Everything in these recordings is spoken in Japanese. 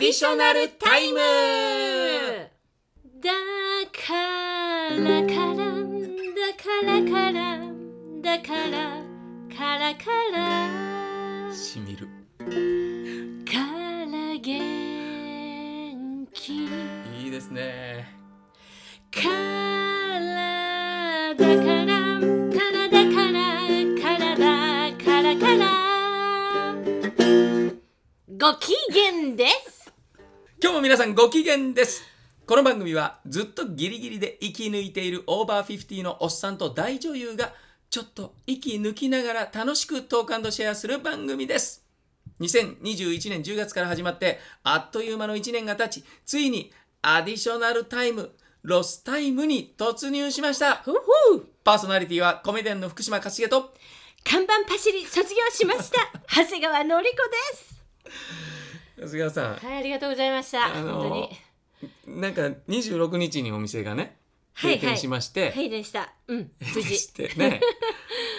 ディショナルタイムだからからだからからだからからからしみるから元気いいですねからだからからだからからだからからご機嫌です今日も皆さんご機嫌ですこの番組はずっとギリギリで息抜いているオーバーフィフティのおっさんと大女優がちょっと息抜きながら楽しくトークシェアする番組です2021年10月から始まってあっという間の1年が経ちついにアディショナルタイムロスタイムに突入しましたふうふうパーソナリティはコメディアンの福島勝重と看板パシリ卒業しました長谷川のりこです菅原さんはいありがとうございましたあのー本当になんか26日にお店がねはいは閉い店しまして、はいでしたうん無で事 して ね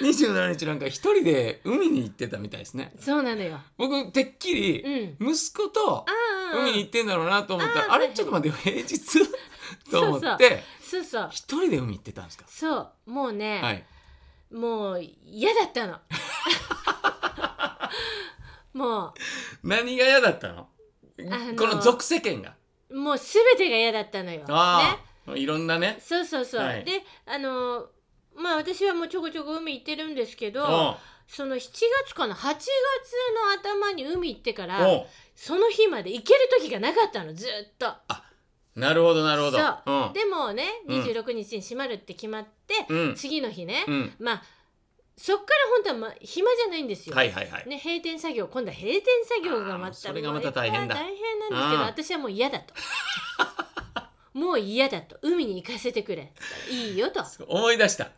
27日なんか一人で海に行ってたみたいですねそうなのよ僕てっきうりん息子とああ海に行ってんだろうなと思ったら、あーあはいれはいちょっと待って平日 と思そうっそてそうそう一人で海行ってたんですかそうもうね、はいもう嫌だ ったの も何が嫌だったののこの俗世間がうもう全てが嫌だったのよあねあ、いろんなねそうそうそう、はいであのーまあ私はもうちょこちょこ海行ってるんですけおどその7月かな8月の頭に海行ってからうおその日まで行ける時がなかったのずーっとうなるほどなるほどそううんでもねうん26日に閉まるって決まって、うん次の日ね、うんまあそっから本当はま暇じゃないんですよ、はいはいはいね、閉店作業今度は閉店作業がまあーたそれがまた大変だもういっぱい大変なんですけど私はもう嫌だ ともう嫌だと海に行かせてくれいいよとそう思い出した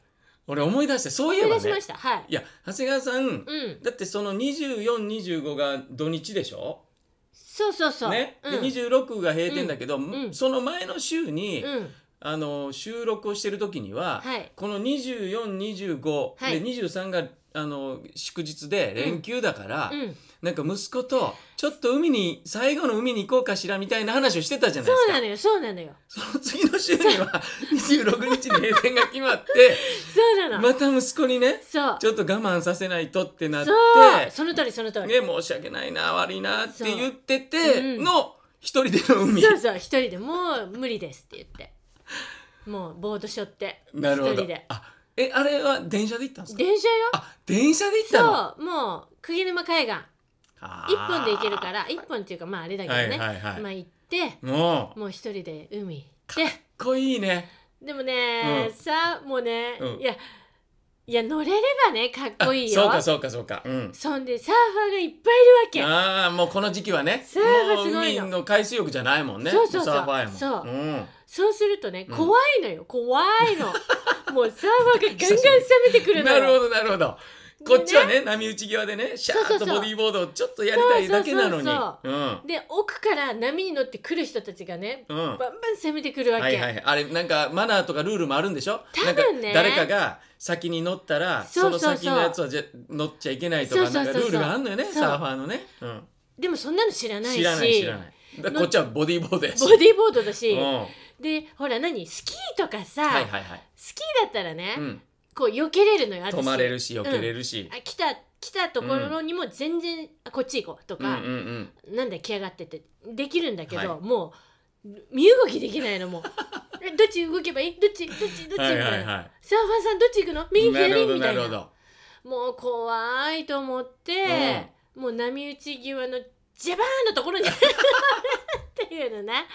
俺思い出したそういえ思いば出しねましたはいいや長谷川さん、うんだってその2425が土日でしょそうそうそう、ね、うでん、26が閉店だけど、んその前の週に、うんあの収録をしてる時には、はいこの2425、はいで23があの祝日で連休だから、うん、なんか息子とちょっと海に最後の海に行こうかしらみたいな話をしてたじゃないそでうすかなのよそうなのよその次の週に は26日に閉店が決まってそうなの、また息子にねそうちょっと我慢させないとってなってそうその通りその通り、ね、申し訳ないな悪いなって言ってそてううんの一人での海そうそう一人でもう無理ですって言ってもうボードしょってなるほ一ど人であえあれは電車で行ったんですか電車よあ電車で行ったのそうもう釘沼海岸あー一本で行けるから一本っていうかまああれだけどね、はいはいはいまあ行ってもうもう一人で海行ってかっこいいねでもね、うんさあもうね、うんいやいや乗れればねかっあこいいそうよかそうかそうかうんそんでサーファーがいっぱいいるわああもうこの時期はねサーファーもうすごいの海の海水浴じゃないもんねそうそうそうサーファーやもんそうんけそうするとねうん怖いのよ、怖い のもうサーファーがガンガン攻めてくるのなよるほどなるほどこっちはね波打ち際でねシャそーうッそとうそうボディーボードをちょっとやりたいだけなのにそうそううんで奥から波に乗ってくる人たちがねうんバンバン攻めてくるわけ、はいはいはい、あれなんかマナーとかルールもあるんでしょ多分ねなんか誰かが先に乗ったらそそうそうそうの先のやつはじゃ乗っちゃいけないとそかうそうなそんうかそうルールがあるのよねそうサーファーのね、うん、でもそんなの知らないし知らない知らないだからこっちはボディーボードやしボディーボードだし、うん、はでほら何スキーとかさ、いはいはい、スキーだったらね、うん、こう避けれるのよ私止まれるし避けれるし、あ来た来たところにも全然、あこっち行こうとうん、うんか、うんなんだ来やがってってできるんだけど、はいもう身動きできないのもうえどっち動けばいいどっちどっちどっちみはたいいな、はいはサーファーさんどっち行くの右いなる左ほどみたないるなほどもう怖いと思って、もう波打ち際のジャバーンのところに っていうのね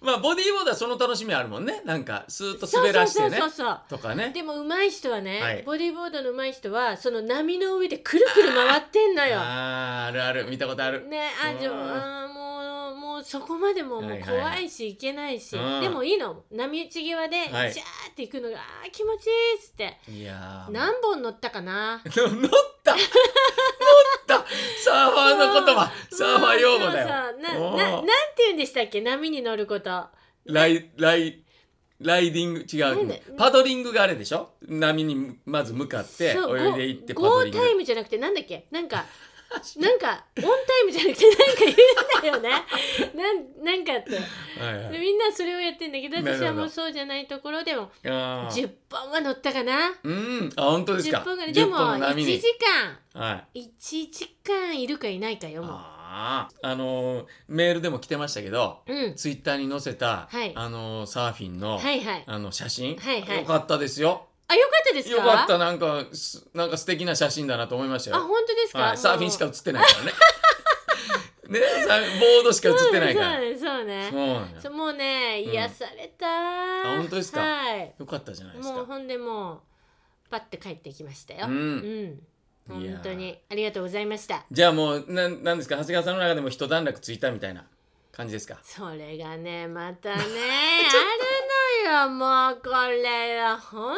まあボディーボードはその楽しみあるもんねなんかスーッと 滑らしてねそうそうそうそとうかねでも上手い人はね、はいボディーボードの上手い人はその波の上でくるくる回ってんのよ。あーあるある見たことある、ねあじゃあああーもうもうそこまでももはういはいはい怖いし行けないし、うんでもいいの波打ち際でジャはいーって行くのが、あー気持ちいいっつっていやー何本乗ったか な乗った乗ったサーファーの言葉サーファー用語だよそうそうおーなななんて言うんでしたっけ波に乗ることライライライディングなん違でうパドリングがあれでしょ波にまず向かってそう泳いでいってパゴドーリゴンーグタイムじゃなくてなんだっけなんかなんかオンタイムじゃなくてなんか言うんだだよね なんなんかって はいはでいみんなそれをやってんだけどなるほ私どはもうそうじゃないところでもあー10本は乗ったかなうんあ本当ですか10本ぐらいで10も本の1波に時間はい1時間いるかいないかよもうあーあのーメールでも来てましたけどうんツイッターに載せた、はいあのーサーフィンの、はいはいあの写真、はいはいよかったですよ。あよかったですかよかったなんかすなんか素敵な写真だなと思いましたあよ。本当ですか、はい、もうサーフィンしか写ってないからね。 ねサーボードしか写ってないから。そうねそそうねうなんやそうもうね癒された、あ本当ですかはいよかったじゃないですもうか。ほんでもうパッて帰ってきましたよう。うんんいや本当にありがとうございましたじゃあもうなんなんですか長谷川さんの中でも一段落ついたみたいな感じですか。それがねま たねあるのよもうこれは本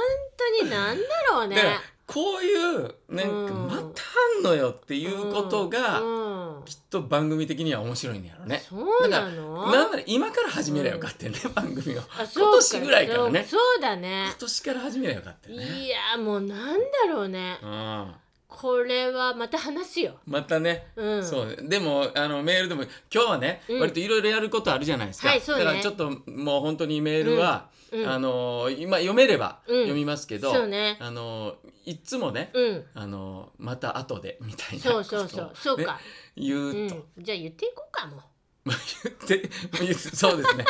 当になんだろうだねからこういうなんかうんまたあんのよっていうことが、うんうんきっと番組的には面白いんやろね。そうなのなんなら今から始めりゃよかったよね、番組を。あそう今年ぐらいからねそうそうだね今年から始めりゃよかったよね。いやもうなんだろうねうん、これはまた話すよまたね、うんそうでもあのメールでも今日はね、うん割といろいろやることあるじゃないですか、はいそうねだからちょっともう本当にメールは、うんあの今読めればうん読みますけど、そうねあのいっつもね、うんあのまた後でみたいなそうそうそうことをそうねか言ううと、んじゃあ言っていこうかもう言って言うそうです ね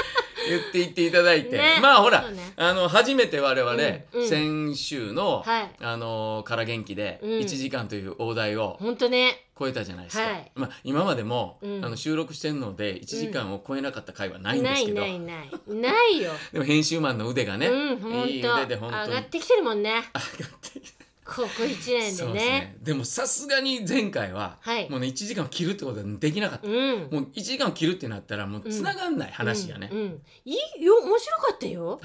言って言っていただいて、ねまあほら、そうねあの初めて我々、うんうん先週の、はいあのから元気でうん1時間という大台を本当ね超えたじゃないですか、はいまあ、今までも、うんあの収録してるので1時間を超えなかった回はないんでなすけいど、ないないないよでも編集マンの腕がね、うん本いい当腕で上本当にがってきてるもんね上がってきてここ一年でそうですねねでもさすがに前回は、はいもうね1時間を切るってことはできなかった、うんもう1時間を切るってなったらもう繋がんない話がね、うんうんいいよ面白かっ たよ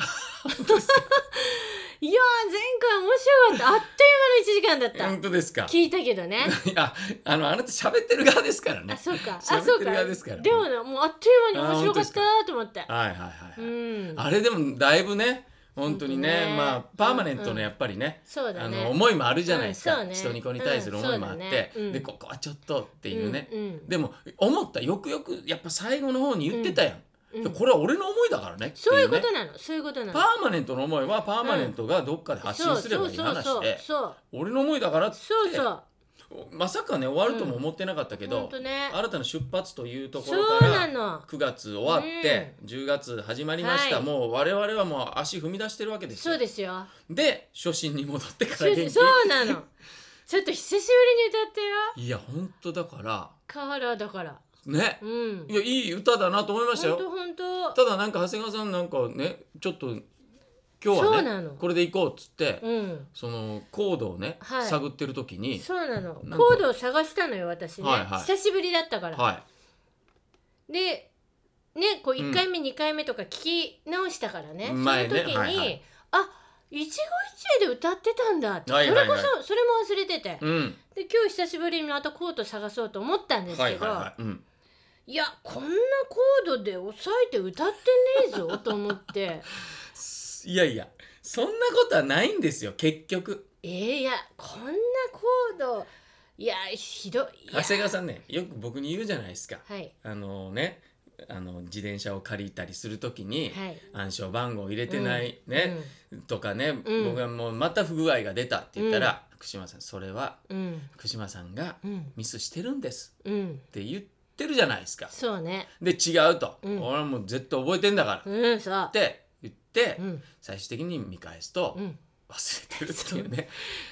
いやー前回面白かったあっという間の1時間だっ本当ですかた聞いたけどねいやあのあなた喋ってる側ですからあね。そうか喋あってるそうか側ですからでもねもうあっという間に面白かったあーと思ってはいはいはい、うはいんあれでもだいぶね本当にね本当ねまあパーマネントうんうのんやっぱりね、そうだあねの思いもあるじゃないですか、うんそう人ねに子に対する思いもあっうんそてうだ、ねうんでここはちょっとっていうね、うんうんでも思ったよくよくやっぱ最後の方に言ってたやん、うんでこれは俺の思いだからねってそういいううねことなのそういうことなのパーマネントの思いはパーマネントがどっかで発信すればいい話で、そうそうそう俺の思いだからってそうそうまさかね終わるとも思ってなかったけそうほど、んとね新たな出発というとこそろうからなの9月終わって、10月始まりました、はいもう我々はもう足踏み出してるわけですそようですよで初心に戻ってからそう元気そうなのちょっと久しぶりに歌ってよいや本当だからカーラーだからねうんいやいい歌だなと思いましたほんよとほんとただなんか長谷川さんなんかねちょっと今日そうはなねのこれで行こうっつって、うんそのコードをね、はい探ってる時にそうななのんかコードを探したのよ私ね、はいはい久しぶりだったから、はでねこううん1回目、2回目とか聞き直したからね前ねその時に、はいはいあ一期一会で歌ってたんだって、はいはいはいそれこそそれも忘れてて、いうんで今日久しぶりにまたコード探そうと思ったんですけど、はいいはいはいうんやこんなコードで抑えて歌ってねえぞと思っていやいやそんなことはないんですよ結局えー、いやこんなコードいやひどいいや長谷川さんねよく僕に言うじゃないですかはいあのねあの自転車を借りたりするときに、はい暗証番号入れてないね、とかね、うん僕がもうまた不具合が出たって言ったら、福島さんそれはうん福島さんがうんミスしてるんですうんって言ってるじゃないですか。そうねで違うと、うん俺はもう絶対覚えてんだから、っうんそうて言って、うん最終的に見返すとうん忘れてるっていうね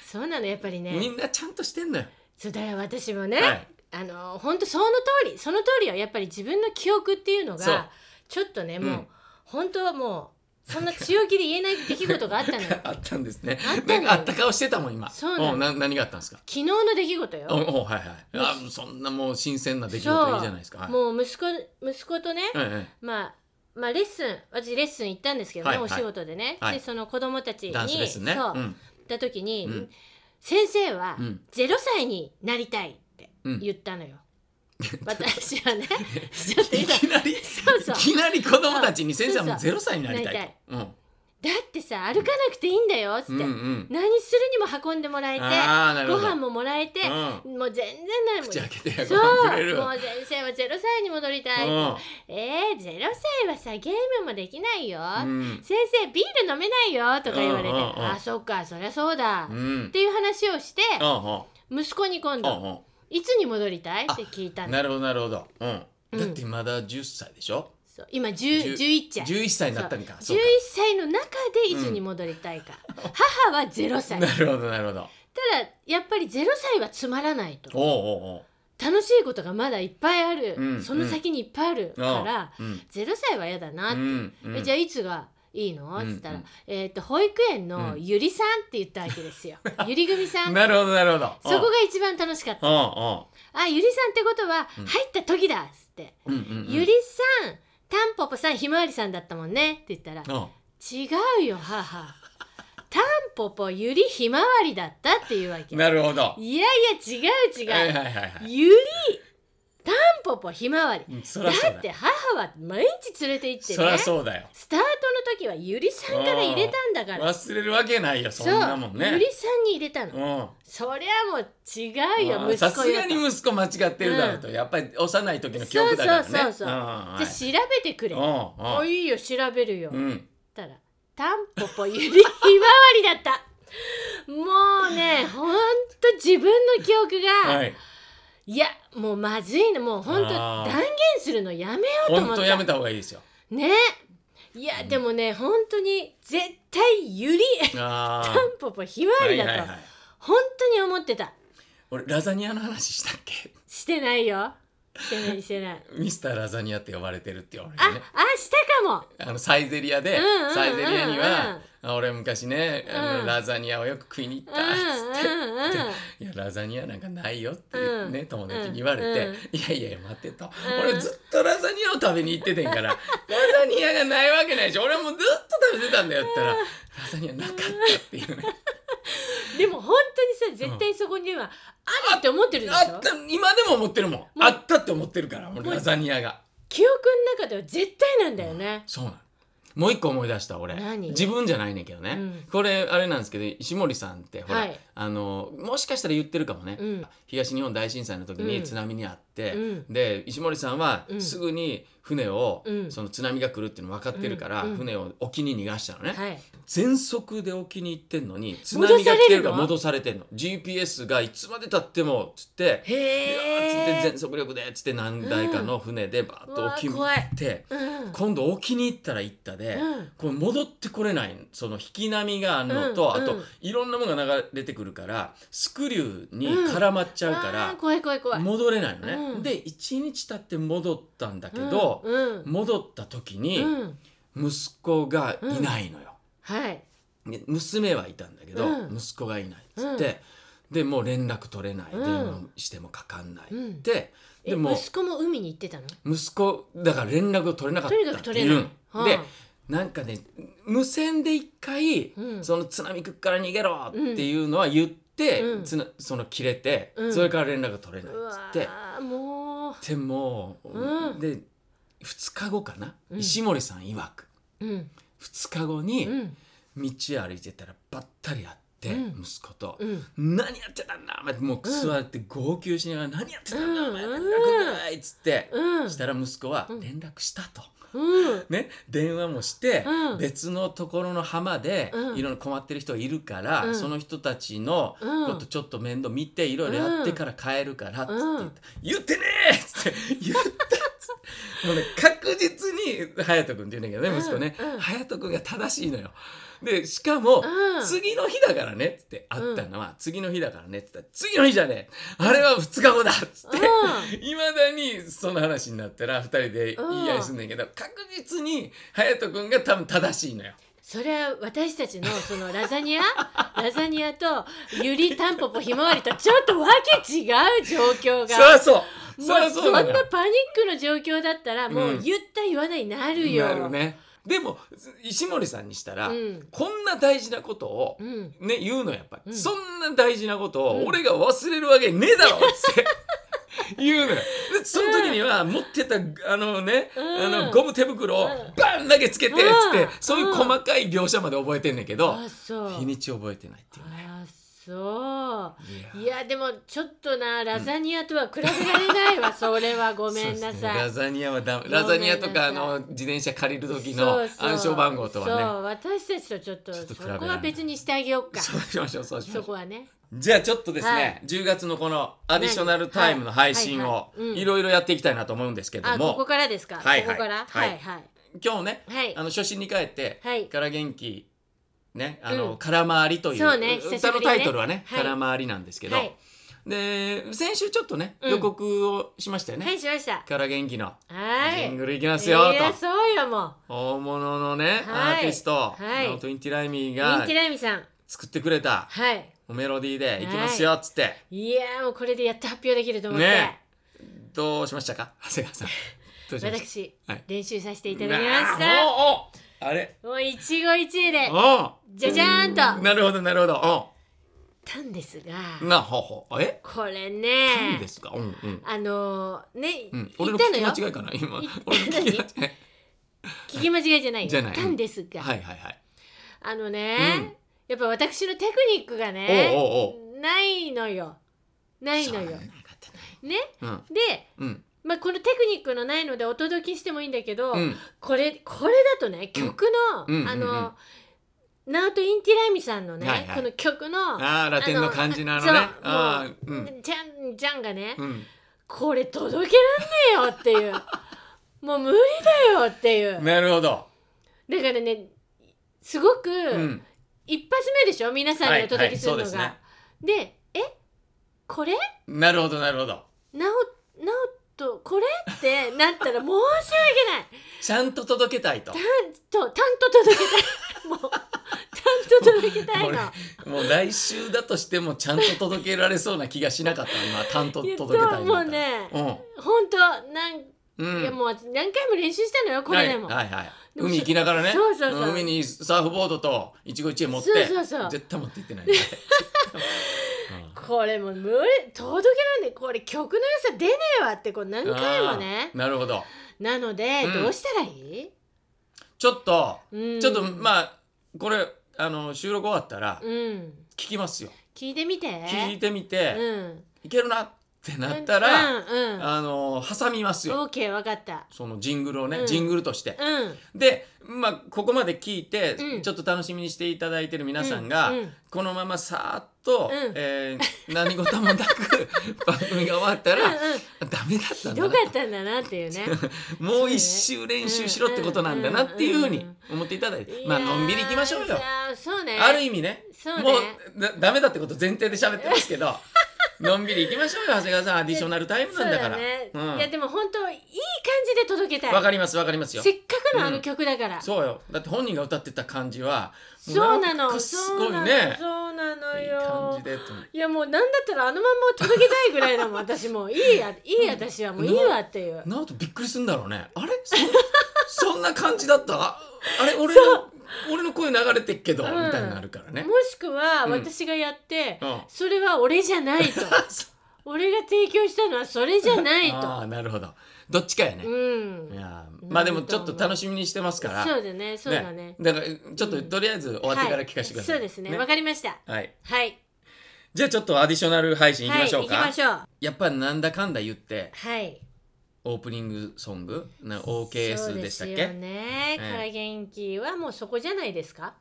そうなのやっぱりねみんなちゃんとしてんのよ。そうだから私もね、はいあの本当その通りその通りよやっぱり自分の記憶っていうのそうがちょっとねもう、うん本当はもうそんな強気で言えない出来事があった のよ昨あったんですね。あったのなよんかあった顔してたもん今。そうなのんな何があったんですか。日の出来事よ、おおはいはい。あそんなもう新鮮な出来事いいじゃないですか。はい、もう息子息子とね、えまあまあレッスン私レッスン行ったんですけどはね、いはいお仕事でね、はいでその子供たちえ、にダンスですね。そう、うん行った時に、うん先生はうん0歳になりたいってうん。言ったのよ、私はね ちょっとい今きなり、いそうそうきなり子供たちに先生はもうそうそゼロ歳になりたいと。うん。だってさ歩かなくていいんだよ」っつうっんて、うん何するにも運んでもらえてあーなるごほど飯ももらえて、うもう全然ないもん口開けてそご飯くれうるもう先生は0歳に戻りたい、えー、0歳はさゲームもできないよ、うん先生ビール飲めないよとか言われて、うんうんうんあそっかそりゃそうだ、うっんていう話をしてうんうん息子に今うん度いつに戻りたいって聞いたうんのなるほどなるほどうんうんだってまだ10歳でしょそう今10 11歳11歳になったんか11そうか歳の中でいつに戻りたいか、母は0歳ただなるほどなるほどやっぱり0歳はつまらないとおうおう楽しいことがまだいっぱいある、うんその先にいっぱいあるかおううんら、うん0歳は嫌だなって、うんえじゃあいつがいいの?」っつったらう「んうんえー、と保育園のうんゆりさん」って言ったわけです よ。ゆり組さんなるほどなるほどそこが一番楽しかった。あゆりさんってことはうん入った時だっつって、うんうんうんうんゆりさんたんぽぽさんひまわりさんだったもんね」って言ったらうんうん「違うよ母たんぽぽゆりひまわりだった」っていうわけ。なるほどいやいや違う違う、はいはいはいはいゆりたんぽぽひまわりうんそだらそうっだて母は毎日連れて行ってそねらそうだよスタートの時はゆりさんから入れたんだから忘れるわけないよそんなもんそうゆねりさんに入れたの、うんそりゃもう違うようん息子よとさすがに息子間違ってるだろうとやっぱり幼い時の記憶だからねそうそうそうそうんはいじゃあ調べてくれ、おいいよ調べるよ、うんうんうんったらタンポポゆりひまわりだったも うねほんと自分の記憶が、、はいいやもうまずいのもうほんとあー断言するのやめようと思本っ当たやめた方がいいですよねいや、でもねほんとに絶対ゆりあターンポポひまわりだと、はいはいはい本当に思ってた俺ラザニアの話したっけしてないよしてないし てないミスターラザニアって呼ばれてるって俺あ、ねあしたかもあのサイゼリアでうんうんうんうんサイゼリアにはあ俺昔ねあのラザニアをよく食いに行ったっつってうんうんうん いやラザニアなんかないよってうんね、友達に言われて、うんいやいやいや待ってと、うん俺ずっとラザニアを食べに行っててん からラザニアがないわけないでしょ俺はもうずっと食べてたんだよって言ったら、ラザニアなかったっていうねでも本当にさ絶対そこにはあるって思 ってるでしあょった今でも思ってるもんうあったって思ってるからもうもうラザニアが記憶の中では絶対なんだよねそうなのもう一個思い出した俺何自分じゃないねんけどね、うんこれあれなんですけど石森さんってほら、はいあのもしかしたら言ってるかもね、うん東日本大震災の時うにん津波にあって、うんで石森さんはうんすぐに船を、うんその津波が来るっていうの分かってるから、うんうん船を沖に逃がしたのね、はい全速で沖に行ってんのに津戻波さがれる来のてるから戻されてんの GPS がいつまでたってもつっていへやーつってえ全速力でつって何台かの船でバーッと沖に行って。うん今度沖に行ったら行ったで、うんこれ戻ってこれないその引き波があるのと、うんあうとんいろんなものが流れてくるからスクリューに絡まっちゃうかあらー、怖い怖い怖い戻れないのね。うんで1日経って戻ったんだけど、うんうん戻った時うにん息子がいないのよ。はいで娘はいたんだけど、うん息子がいないっつって、でもう連絡取れない、うん電話してもかかんないっうんて、えでも息子も海に行ってたの息子だから連絡を取れなかっとにかたくって取れいうないん、はあでなんかね無線で一回、うんその津波くっから逃げろっていうのは言って、うんつなその切れて、うんそれから連絡が取れないうっわつってーもうでも、うんで2日後かな、うん石森さん曰くうん2日後にうん道歩いてたらばったり会って、うん息子と。うん何やってたんだお前もう座って号泣しながら何やってたんだ、お前うん連絡くないっつって、うんしたら息子はうん連絡したと、うんね、電話もして、うん別のところの浜で、うんいろんな困ってる人がいるから、うんその人たちのうんことちょっと面倒見ていろいろやってから帰るからっつって言って,、言ってねーっつって言ったっつってもうね確実に隼人君って言うんだけどね息子ねうんうん隼人君が正しいのよ。でしかも、うん次の日だからねっつって会ったのは、次の日だからねって言ったら次の日じゃねえあれは2日後だっつって。いまだにその話になったら2人で言い合いすんねんけど、確実に隼人君が多分正しいのよ。それは私たちのそのラザニア ラザニアとゆりたんぽぽひまわりとちょっとわけ違う状況そりゃがそうそりもゃうそそんうななのよパニックの状況だったらもううん言った言わないなるよ。なるね。でも石森さんにしたら、うんこんな大事なことをう、ん、ね、言うのやっぱり、うんそんな大事なことをうん 俺が忘れるわけねえだろっつって。言うのよでその時には持ってたあのね、うんあのゴム手袋をうんバン投げつけてっつって、うんそういう細かい描写まで覚えてんねんけど、あそう日にち覚えてないっていうねあそういやいやでもちょっとなラザニアとは比べられないわ、それはごめんそうなですねさいラ。ザニアはダメごめんなラさザいニアとかあの自転車借りる時そのうそう暗証番号とはねそう私たちとちょっとちょっと比そべられないこは別にしてあげようかそうしましょうそうしましょそうこはねじゃあちょっとですね、はい10月のこのアディショナルタイムの配信はいをはいはいうんいろいろやっていきたいなと思うんですけどあも、ここからですか、はいはいここからははいいはい今日ねはいあの初心に帰ってはいから元気ねあの、うん空回りというそうね久し歌ぶりのにねタイトルはね、はい空回りなんですけど、はいで先週ちょっとねうん予告をしましたよね、はいしましたから元気のはいジングルいきますよ、いやそうよもうと大物のね、はいアーティスト、はいのトゥインティライミーミンがティライミさん作ってくれたはいメロディーでいきますよっつって、いやーもうこれでやっと発表できると思って、ねどうしましたか長谷川さんどうしました私、はい練習させていただきましたおおあれもう一期一会でおじゃじゃーんとなるほどなるほどたんですがうんなほうほうえこれ何ねですかうんうんあのーね、うん、言俺っのた聞のき間よ違いかな今言った俺の聞き間違い聞き間違いじゃないよじゃない言ったんですが、はいはいはいあのね、やっぱ私のテクニックがねおうおうないのよないのしょうよがなかったねねうんで、うんまあ、このテクニックのないのでお届けしてもいいんだけど、うんこれこれだとね曲の、うんうんあうんうんの、ナウト・インティライミさんのね、はいはいこの曲のああラテンの感じなのねそうあもーううんジャンジャンがね、うんこれ届けらんねえよっていう もう無理だよっていう、なるほどだからねすごく、うん一発目でしょ皆さんにお届けするのが。はいはいでえこれなるほどなるほどなおなおとこれってなったら申し訳ないちゃんと届けたいとと担当届けたいもう担当届けたいの俺もう来週だとしてもちゃんと届けられそうな気がしなかった今担当いや届けたいんだもったらうねう本当なん、んうんいやもう何回も練習したのよこれでも、はいはいはいでも海行きながらねそうそうそう海にサーフボードと一期一会持ってそうそうそう絶対持って行ってないね 絶対持ってこれもう無理届けらんねえこれ曲の良さ出ねえわってこう何うん回もねあーなるほどなので、うんどうしたらいい、ちょっとうん、ちょっとまあこれあの収録終わったらうん聞きますよ聞いてみて聞いてみてうんいけるなってなったらうんうんあの挟みますよオーケーわかったそのジングルをうねんジングルとしてうんで、まあ、ここまで聞いて、うんちょっと楽しみにしていただいてる皆さんが、うんうんこのままさーっと、うんえー何事もな く番組が終わったら、うんうんダメだったんひだどなかったんだなっていうねもう一周練習しろってことなんだなっていうふうに思っていただいて、 まあのんびりいきましょういやよー。さあそうねある意味ねそうねもうだダメだってこと前提で喋ってますけ どのんびりいきましょうよ長谷川さんアディショナルタイムなんだから。そううだねんいやでも本当いい感じで届けたいわ、かりますわかりますよせ。っかくのあの曲だから、そうよだって本人が歌ってた感じはもそうなのんかすそごういなのね。そうなのいい感よじでといやもうなんだったらあのまんま届けたいぐらい だもん私もういいやいい私はもういいわっていうなおとびっくりするん だろうねあれそそんな感じだったあれ俺の俺の声流れてっけど、うんみたいになるからね もしくはうん私がやって、うんそれは俺じゃない と俺が提供したのはそれじゃないあとあなるほどどっちかやね、ういんやーまあでもちょっと楽しみにしてますからそうだねそうだねだからちょっととりあえず終わってから聞かせてください、はい、そうですねわ、かりましたはいはいじゃあちょっとアディショナル配信いきましょうか、はい、行きましょうやっぱなんだかんだ言ってはいオープニングソングなそ OKS うでしたっすよけね、ええから元気はもうそこじゃないですか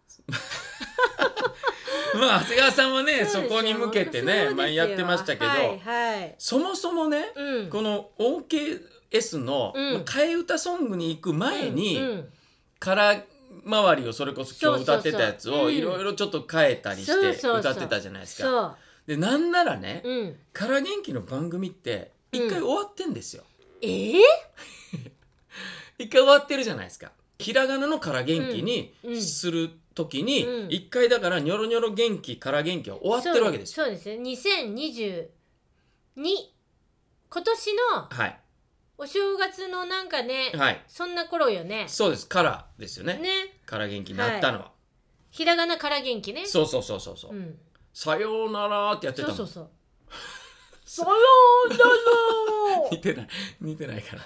まあ長谷川さんはねうですそよこに向けてそうですねよ前やってましたけど、はい、はい、そもそもね、うんこの OKS の、うんまあ替え歌ソングに行く前に、うんうん空回りをそれこそ今日歌ってたやつそうそうそうをうんいろいろちょっと変えたりそうしてそうそう歌ってたじゃないですか。そでなんならねう、うん、 「から元気」の番組って一回うん終わってんですよ。ええ一回終わってるじゃないですか。ひらがなの「から元気」にうんうんする時にうん一回だから「ニョロニョロ元気」「から元気」は終わってるわけですよ。そうですね2022今年のはいお正月のなんかね、はいそんな頃よねそうです「から」ですよね。ねから元気になったのは。ひらがなから元気ねそうそうそうそうそうう、ん、さようならってやってたもそうんそうそうさような似てない似てないから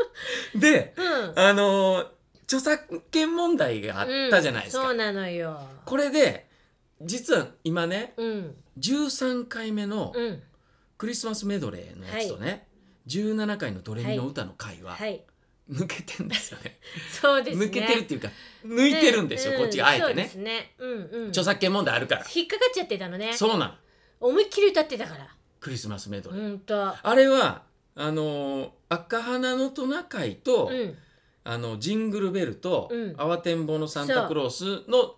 でらあのー著作権問題があうんったじゃないですうんか、そうなのよこれで実は今ねうん13回目のうんクリスマスメドレーのやつとね、17回の「ドレミの歌」の回ははい抜けてんですよね,、そう ですね抜けてるっていうか抜いてるんですよ、うこっちがあえそてうでねすねうんうん著作権問題あるから、引っかかっちゃってたのねそうなの思いっきり歌ってたからクリスマスメドレー、ほんとあれはあのー赤花のトナカイと、うんあのジングルベルと、うん慌てんぼうのサンタクロースの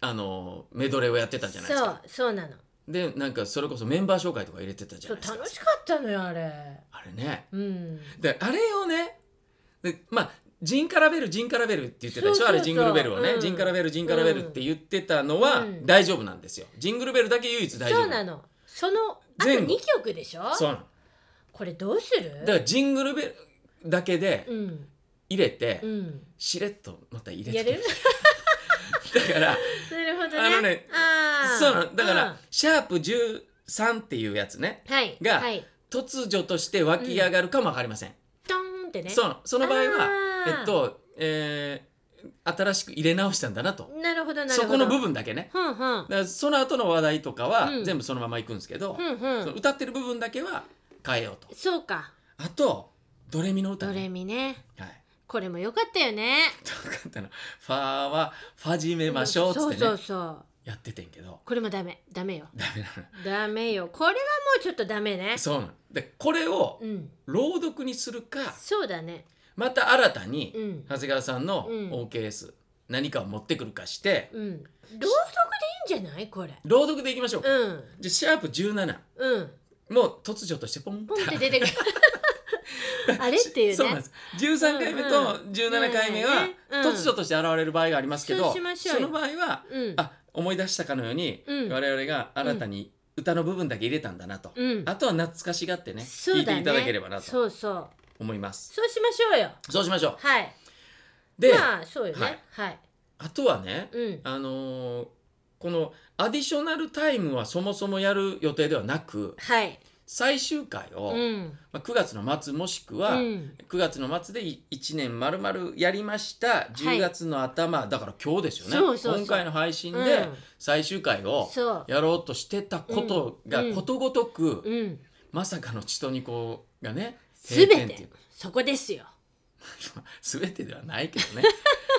あのメドレーをやってたじゃないですそかうそうなのでなんかそれこそメンバー紹介とか入れてたじゃそないうですか楽しかったのよあれあれねうんであれをねでまあジンカラベルジンカラベルって言ってたでしょそうそうそうあれジングルベルをね、うんジンカラベルジンカラベルって言ってたのうはん大丈夫なんですよ、ジングルベルだけ唯一大丈夫そうなのそのあと全部2曲でしょそうなのこれどうするだからジングルベルだけでうん入れて、うんしれっとまた入れやてる だからなるほどねあのねあーそうなのだから、うんシャープ13っていうやつねはいがはい突如として湧き上がるかも分かりません、ドーンってねそうなのその場合はあーえっと、えー新しく入れ直したんだなとなるほどなるほそどこの部分分だけねふんふんだからその後の話題とかはうん全部そのままいくんですけど、ふんふそのん歌ってる部分だけは変えようとそうかあとドレミの歌ドレねミねはい これも良かったよねどうかったのファーはファジめましょうっつってねそうそうそうやっててんけどこれもダメダメよダメなのダメよこれはもうちょっとダメねそうなのでこれをうん朗読にするかそうだねまた新たにうん長谷川さんのうん OKS、何かを持ってくるかしてうん朗読でいいんじゃないこれ朗読でいきましょうか、うんじゃあシャープ17うんもう突如としてポンポンって出てく るあれっていうねそうなんです13回目とうん17回目うんはねうん突如として現れる場合がありますけど、そうしましょうよの場合はうんあ思い出したかのように、うん我々が新たに歌の部分だけ入れたんだなと、うんあとは懐かしがってねそ聞ういてだいただけれねばなとそうそう思いますそうしましょうよそうしましょうはいで、まあそうよはいねはいあとはねうんあのーこのアディショナルタイムはそもそもやる予定ではなくはい最終回を、うんまあ、9月の末もしくうは、ん9月の末で1年まるまるやりました10月の頭、だから今日ですよねそうそうそう今回の配信うでん最終回をそうやろうとしてたことがうんうんことごとく、うんまさかのチトニコがねすべ閉店っていてう そこですよ全てではないけどね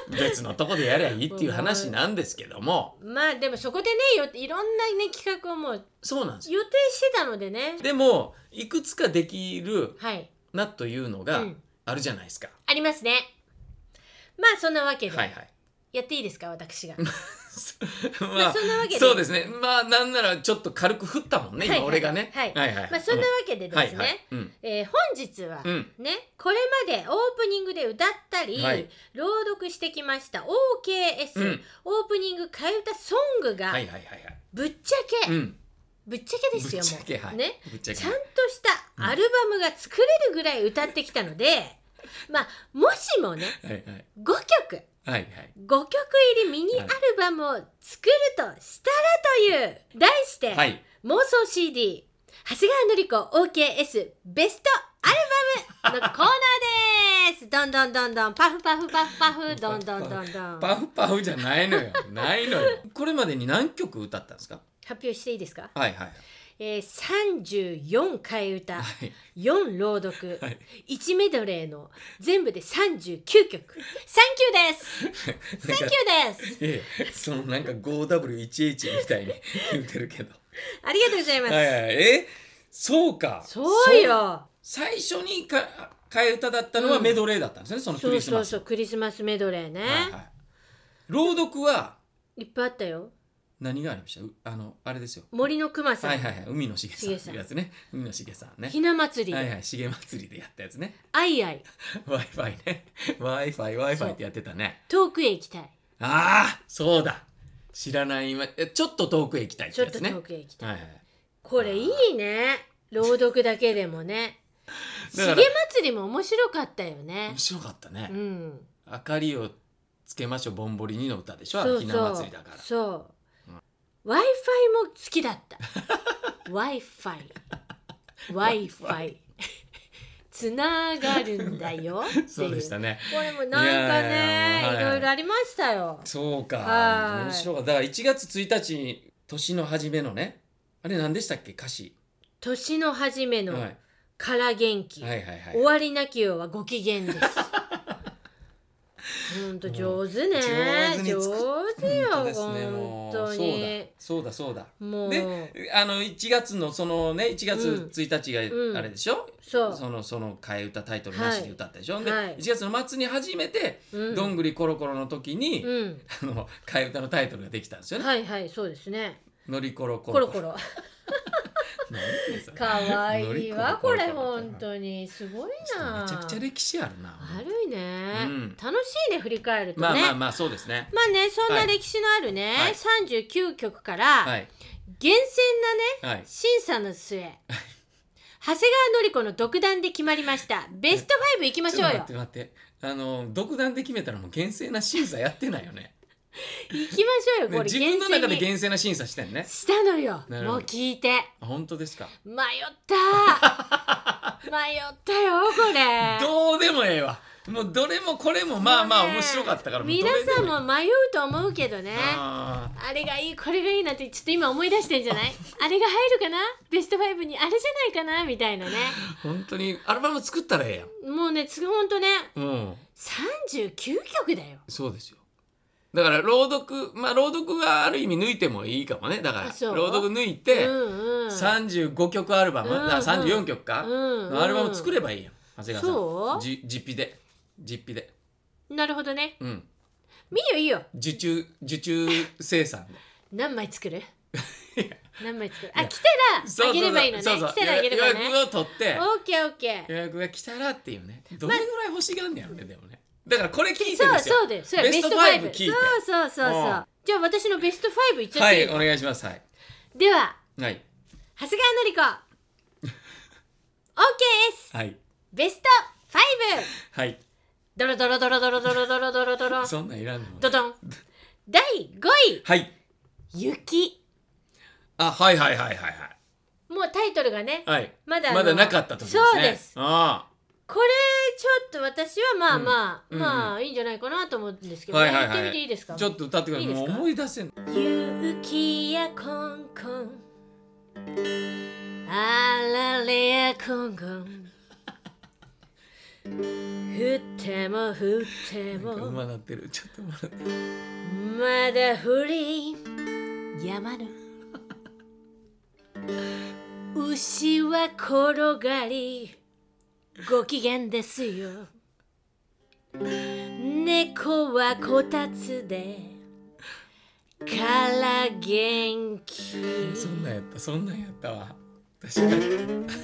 別のとこでやりゃいいっていう話なんですけどもまあでもそこでねよいろんなね企画をもうそうなんですよ予定してたのでねでもいくつかできるはいなというのうがんあるじゃないですか、ありますねまあそんなわけで、はいはいやっていいですか私がままあ あそんなわけでそうですねまあなんならちょっと軽く振ったもんね、はい今俺がねはいはいはいまあそんなわけでですね、うんはいはいうんえー本日は、うんねこれまでオープニングで歌ったり、はい朗読してきました OKS、うんオープニング替え歌ソングが、はいはいはいはいぶっちゃけ、うんぶっちゃけですよぶっちもゃう、けはいねぶっちゃけちゃんとしたアルバムが作れるぐらい歌ってきたので、 まあもしもねはいはい5曲はいはい5曲入りミニアルバムを作るとしたらという題して、はい妄想 CD 長谷川のり子 OKS ベストアルバムのコーナ ーですどんどんどんどんパフパフパフパフどんどんどんどんパ発フパフじゃないのよないのよこれまでに何曲歌ったんですか表していいですか、はいはいえー、34回は歌い4朗読、はい1メドレーの全部で39曲 サンキューですなんサかンキューですええそのなんか 5W1H みたいに言ってるけどありがとうございまはす、いはいえそうかそうよそう最初にか替え歌だったのはうんメドレーだったんですねそのクそうリスそマうスそうクリスマスメドレーね、、はいはい朗読はいっぱいあったよ何がありましたうあのあれですよ森の熊さん、はいはいはい海のしげさんしげさんいうやつね海のしげさんねひな祭りで、はいはい、しげ祭りでやったやつ ね。あいあい Wi-Fi ね。Wi-Fi、そう Wi-Fi ってやってたね。遠くへ行きたいああ、そうだ。知らない今、えちょっと遠くへ行きたいってちょやっとつね。遠くへ行きたい、はいはい。これいいね朗読だけでもねしだげから祭りも面白かったよね面白かったねう。ん明かりをつけましょう、ぼんぼりにの歌でしょ、あそのうひそうな祭りだから。そう w i f i も好きだった w i f i Wi-Fi つながるんだよっていうそうでしたね。これもなんかねいやいやいやはいいろいろありましたよそうはか。い面白かった。だから1月1日に年の初めのね、あれ何でしたっけ歌詞。年の初めはい、のはいから元気、はいはい。終わりなきようはご機嫌 ですほんと上手ね上手に上作っ手よ本当ですねも本う当にそうだそうだそうだ。もうであの1月のそのね1月1日うんがあれでしょ、そうそのその替え歌タイトルなしで歌ったでしょ、はいでは1い月の末に初めて「うんどんぐりころころ」の時に、うんあの替え歌のタイトルができたんですよね。はいはいそうですねのりころこコろロこコろ。ロなんでさかわいいわこのりれコロコロ本当にすごいなめちゃくちゃ歴史あるな。悪いね、うん楽しいね振り返るとね、まあまあまあまあそうですね。ねそんな歴史のあるね、はい39曲から、はい厳選なねはい。審査の 末長谷川紀子の独断で決まりましたベスト5いきましちょょっうとよ待って待って。あの独断で決めたらもう厳正な審査やってないよね。いきましょうよねこれ自分厳の中選でに厳正な審査してんね。したのよなるほもどう聞いてあ本当ですか。迷った 迷ったよこれどうでもええわ。もうどれもこれもまあまあもうね面白かったから。皆さんもうどれでもいいも迷うと思うけどねああれがいいこれがいいなんてちょっと今思い出してん じゃないあれが入るかなベスト5にあれじゃないかなみたいなねー本当にアルバム作ったらえもうねつほんとねえやん。うん。 39曲だよそうですよ。だから朗読まあ朗読はある意味抜いてもいいかもね。だかあらそう朗読抜いうてんうん三十五曲アルバム、うんうんあ三十四曲か、うんうんのアルバム作ればいいやん。長谷川さん。そうじ実費で実費で、なるほどねうん、みよいいよ受注受注生産で。何 枚作る何枚作るいあや来たらあげればいいのねそうそう来たらあげれば予ね約を取ってオッケーオッケー予約が来たらっていうね。どれぐらい欲しがんねやろねでもね。だからこれ聞いてそるんうですよ。そうだよそうベやスト5ベスト5聞いてそうそうそうそううんじゃあ私のベスト5いっちゃっはていいいお願いしますはいでははい長谷川のり子 OK ですはいベスト5はい。ドロドロドロドロドロドロドロドロそんなんいらんの。ドドン第5位はい。雪あはいはいはいはいはいもうタイトルがねはい。まだあのまだなかった時ですね。そうですあこれちょっと私はまあまあ、うんまあいいんじゃないかなと思うんですけど、はいはいはいやってみていいですあかちょっと歌ってください。いいですもうか思い出せん。雪やコンコンあられやコン コン降っても降っなてんかも馬なってる。ちょっと馬なってる。まだ降りやまぬ牛は転がりご機嫌ですよ猫はこたつでから元気そんなんやった、そんなんやったわ。確か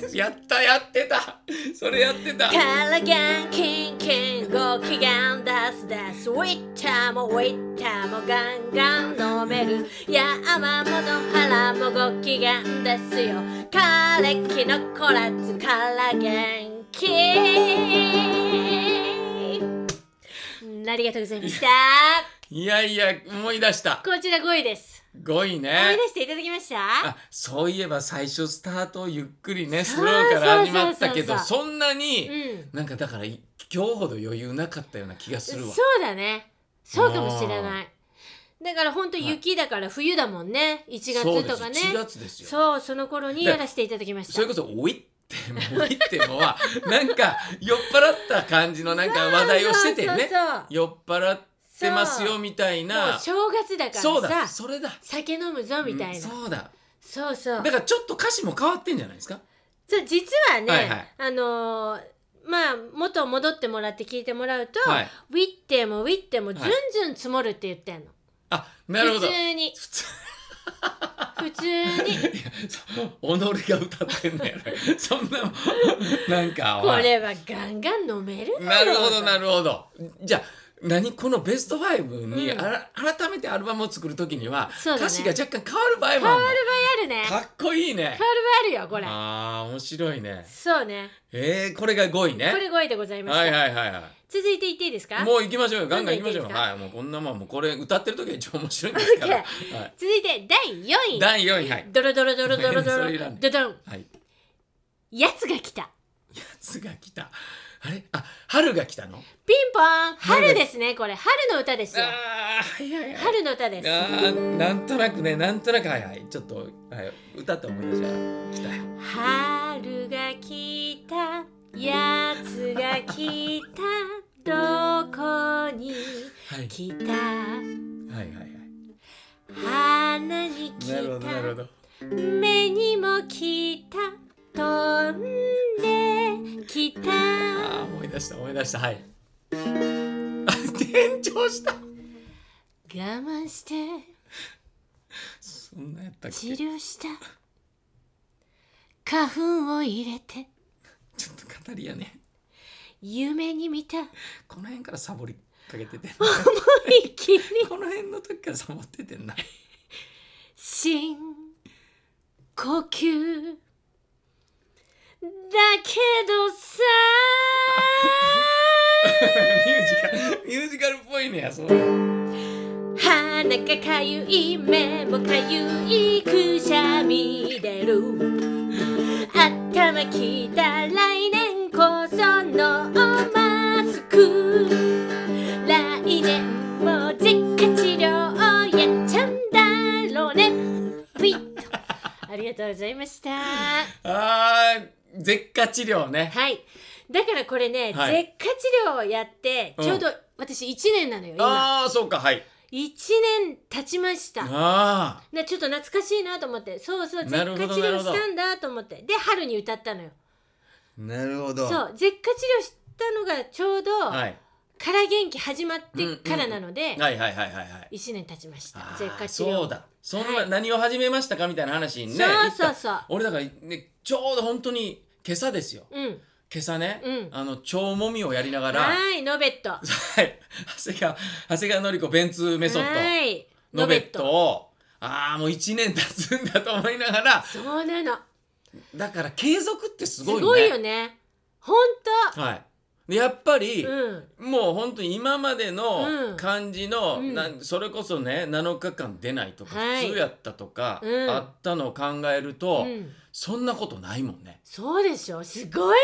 に。やった、やってた。それやってた。から元気キンご機嫌ですですウィッチャーもウィッチャーもガンガン飲める山も野原もご機嫌ですよ枯れ木のコラツから元気うんありがとうございましたいやいや、思い出した。こちら5位です5位思いね。出していただきましたあそういえば最初スタートをゆっくりねスそロうーから始まったけそうどそうそんなうに、んなんかだからい今日ほど余裕なかったような気がするわそうだねそうかもしれなあいだから本当雪だから冬だもんね1そう月ですとかね1月ですよそうその頃にやらせていただきましそたれこそ「おいってもおいってもは なんか酔っ払った感じのなんか話題をしててねそうそうそう酔っ払ってますそうよみたいもうな正月だかそうらださそれだ酒飲むぞみたうんいな、そうそうだそうそうだからちょっと歌詞も変わってんじゃないですか実はね、はいはいあのーまあ元戻ってもらって聞いてもらうと、はいウィッテもウィッテもずんはいずん積もるって言ってんの、あなるほ普ど通に普通普通 にいやそう己が歌ってんだよね そんなもんなんかこおいれはガンガン飲めるなだるろほうどとなるほどじゃあ何このベスト5に、うんあら改めてアルバムを作る時には、そうだね歌詞が若干変わる場合も変あわるのる場合あるね変わかっこいいねる場合あるよこれあー面白いねそうねえー、これが5位ねこれ5位でございました、はいはいはいは続いていっていいですかいもう行きましょうよガンガン行きましょうどんどん行よはいっていいですかもうこんなもんもうこれ歌ってる時が一番面白いんですから、はい、続いて第4位第4位はいドロドロドロドロドそロれいらんねドドンはいやつが来た夏が来たあれあ春が来たのピンポン春ですねこれ春の歌ですよああ早い春の歌ですあーなんとなくねなんとなくはいはいちょっと、はい、歌って思い出した来たよ春が来たやつが来たどこにはい来たはいはいはい花に来なるほどなるほたど目にも来た飛んで来たあー思い出した思い出したはい あ転調した我慢してそんなんやったっけ治療した花粉を入れてちょっと語りやね夢に見た思この辺からサボりかけて ていっきりこの辺の時からサボっててんな深呼吸だけどさミュージカルミュージカルっぽいねやそう鼻がかゆい目もかゆいくしゃみ出る頭きた来年こそのマスク来年も舌下治療やっちゃうんだろうねピッとありがとうございましたあー舌下治療ねはいだからこれね、はい舌下治療をやってちょうど私1年なのよ今ああそうかはい1年経ちましたあね、ちょっと懐かしいなと思ってそうそう舌な下るほ治ど療したんだと思ってで春に歌ったのよあなるほどそう舌下治療したのがちょうど、はい、から元気始まってからなので、はいはいはいはいはい一1年経ちましたあ舌ー下治そう療だそんはない何を始めましたかみたいな話にねそう行そうったそう俺だからねちょうど本当に今朝ですようん今朝ね、うんあの腸もみをやりながら、はいノベットははい、長谷川長谷川紀子ベンツメソッドいのベッドをああもう1年経つんだと思いながらそうなのだから継続ってすすごいねごいよねほんはい、でやっぱり、とうんもう本当に今までうんの感じの、うんなんそれこそね7日間出ないとか、はい普通やったとか、うんあったのを考えると、うんそんなことないもんね。そうでしょすごい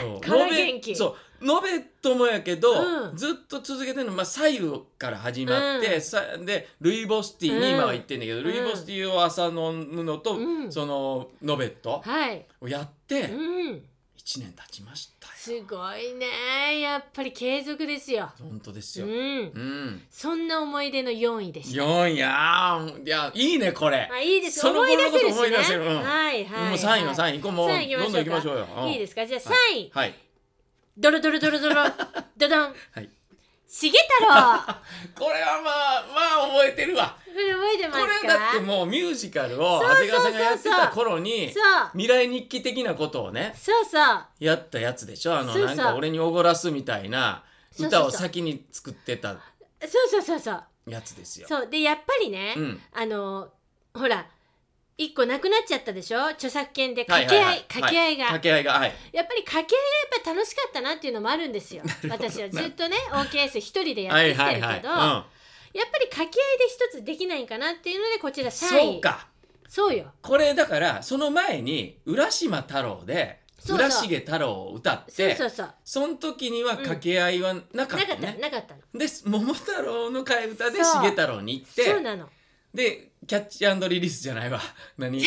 そうねから元ノベ気そうノベットもやけど、うんずっと続けてるの、まあ、左右から始まって、うんさでルイボスティーに今は行ってんだけど、んルイボスティーを朝飲むのと、うんそのノベットはいをやって1うん年経ちましたよ。すごいねやっぱり継続ですよ本当ですうよ、んうんそんな思い出の4位でした四位やーいやいいねこれ、あいいですその思い出せる頃のこと思いしね出せるうんはいはいもう三位の位三位行こうもう三位行きましどょうどん行んかきましょうよ、うんいいですかじゃあ3位はいドロドロドロド ロドドンはいしげ 太郎これはまあまあ覚えてるわこれ覚えてまこすかれだってもうミュージカルをそう長そうそ谷うそう川さんがやってた頃にそう未来日記的なことをねそうそうやったやつでしょあのそうそうなんか俺におごらすみたいなそうそうそう歌を先に作ってたそうそうそうそうやつですよ。そうでやっぱりね、うんあのほら一個なくなっちゃったでしょ著作権ではい掛はいはけ合いい掛け合いが、は掛け合いがはいやっぱり掛け合いがやっぱ楽しかったなっていうのもあるんですよ私はずっとね OKS 一人でやっはていきてはるけいど、はい、やっうん、ぱり掛け合いで一つできないかなっていうのでこちら3位そうかそうよこれだからその前に浦島太郎でそうそう浦重太郎を歌ってそうそうそうその時には掛け合いはなかなっかったたのね。なかったので桃太郎の替え歌でそう重太郎に行ってそうなのでキャッチアンドリリースじゃないわ 何何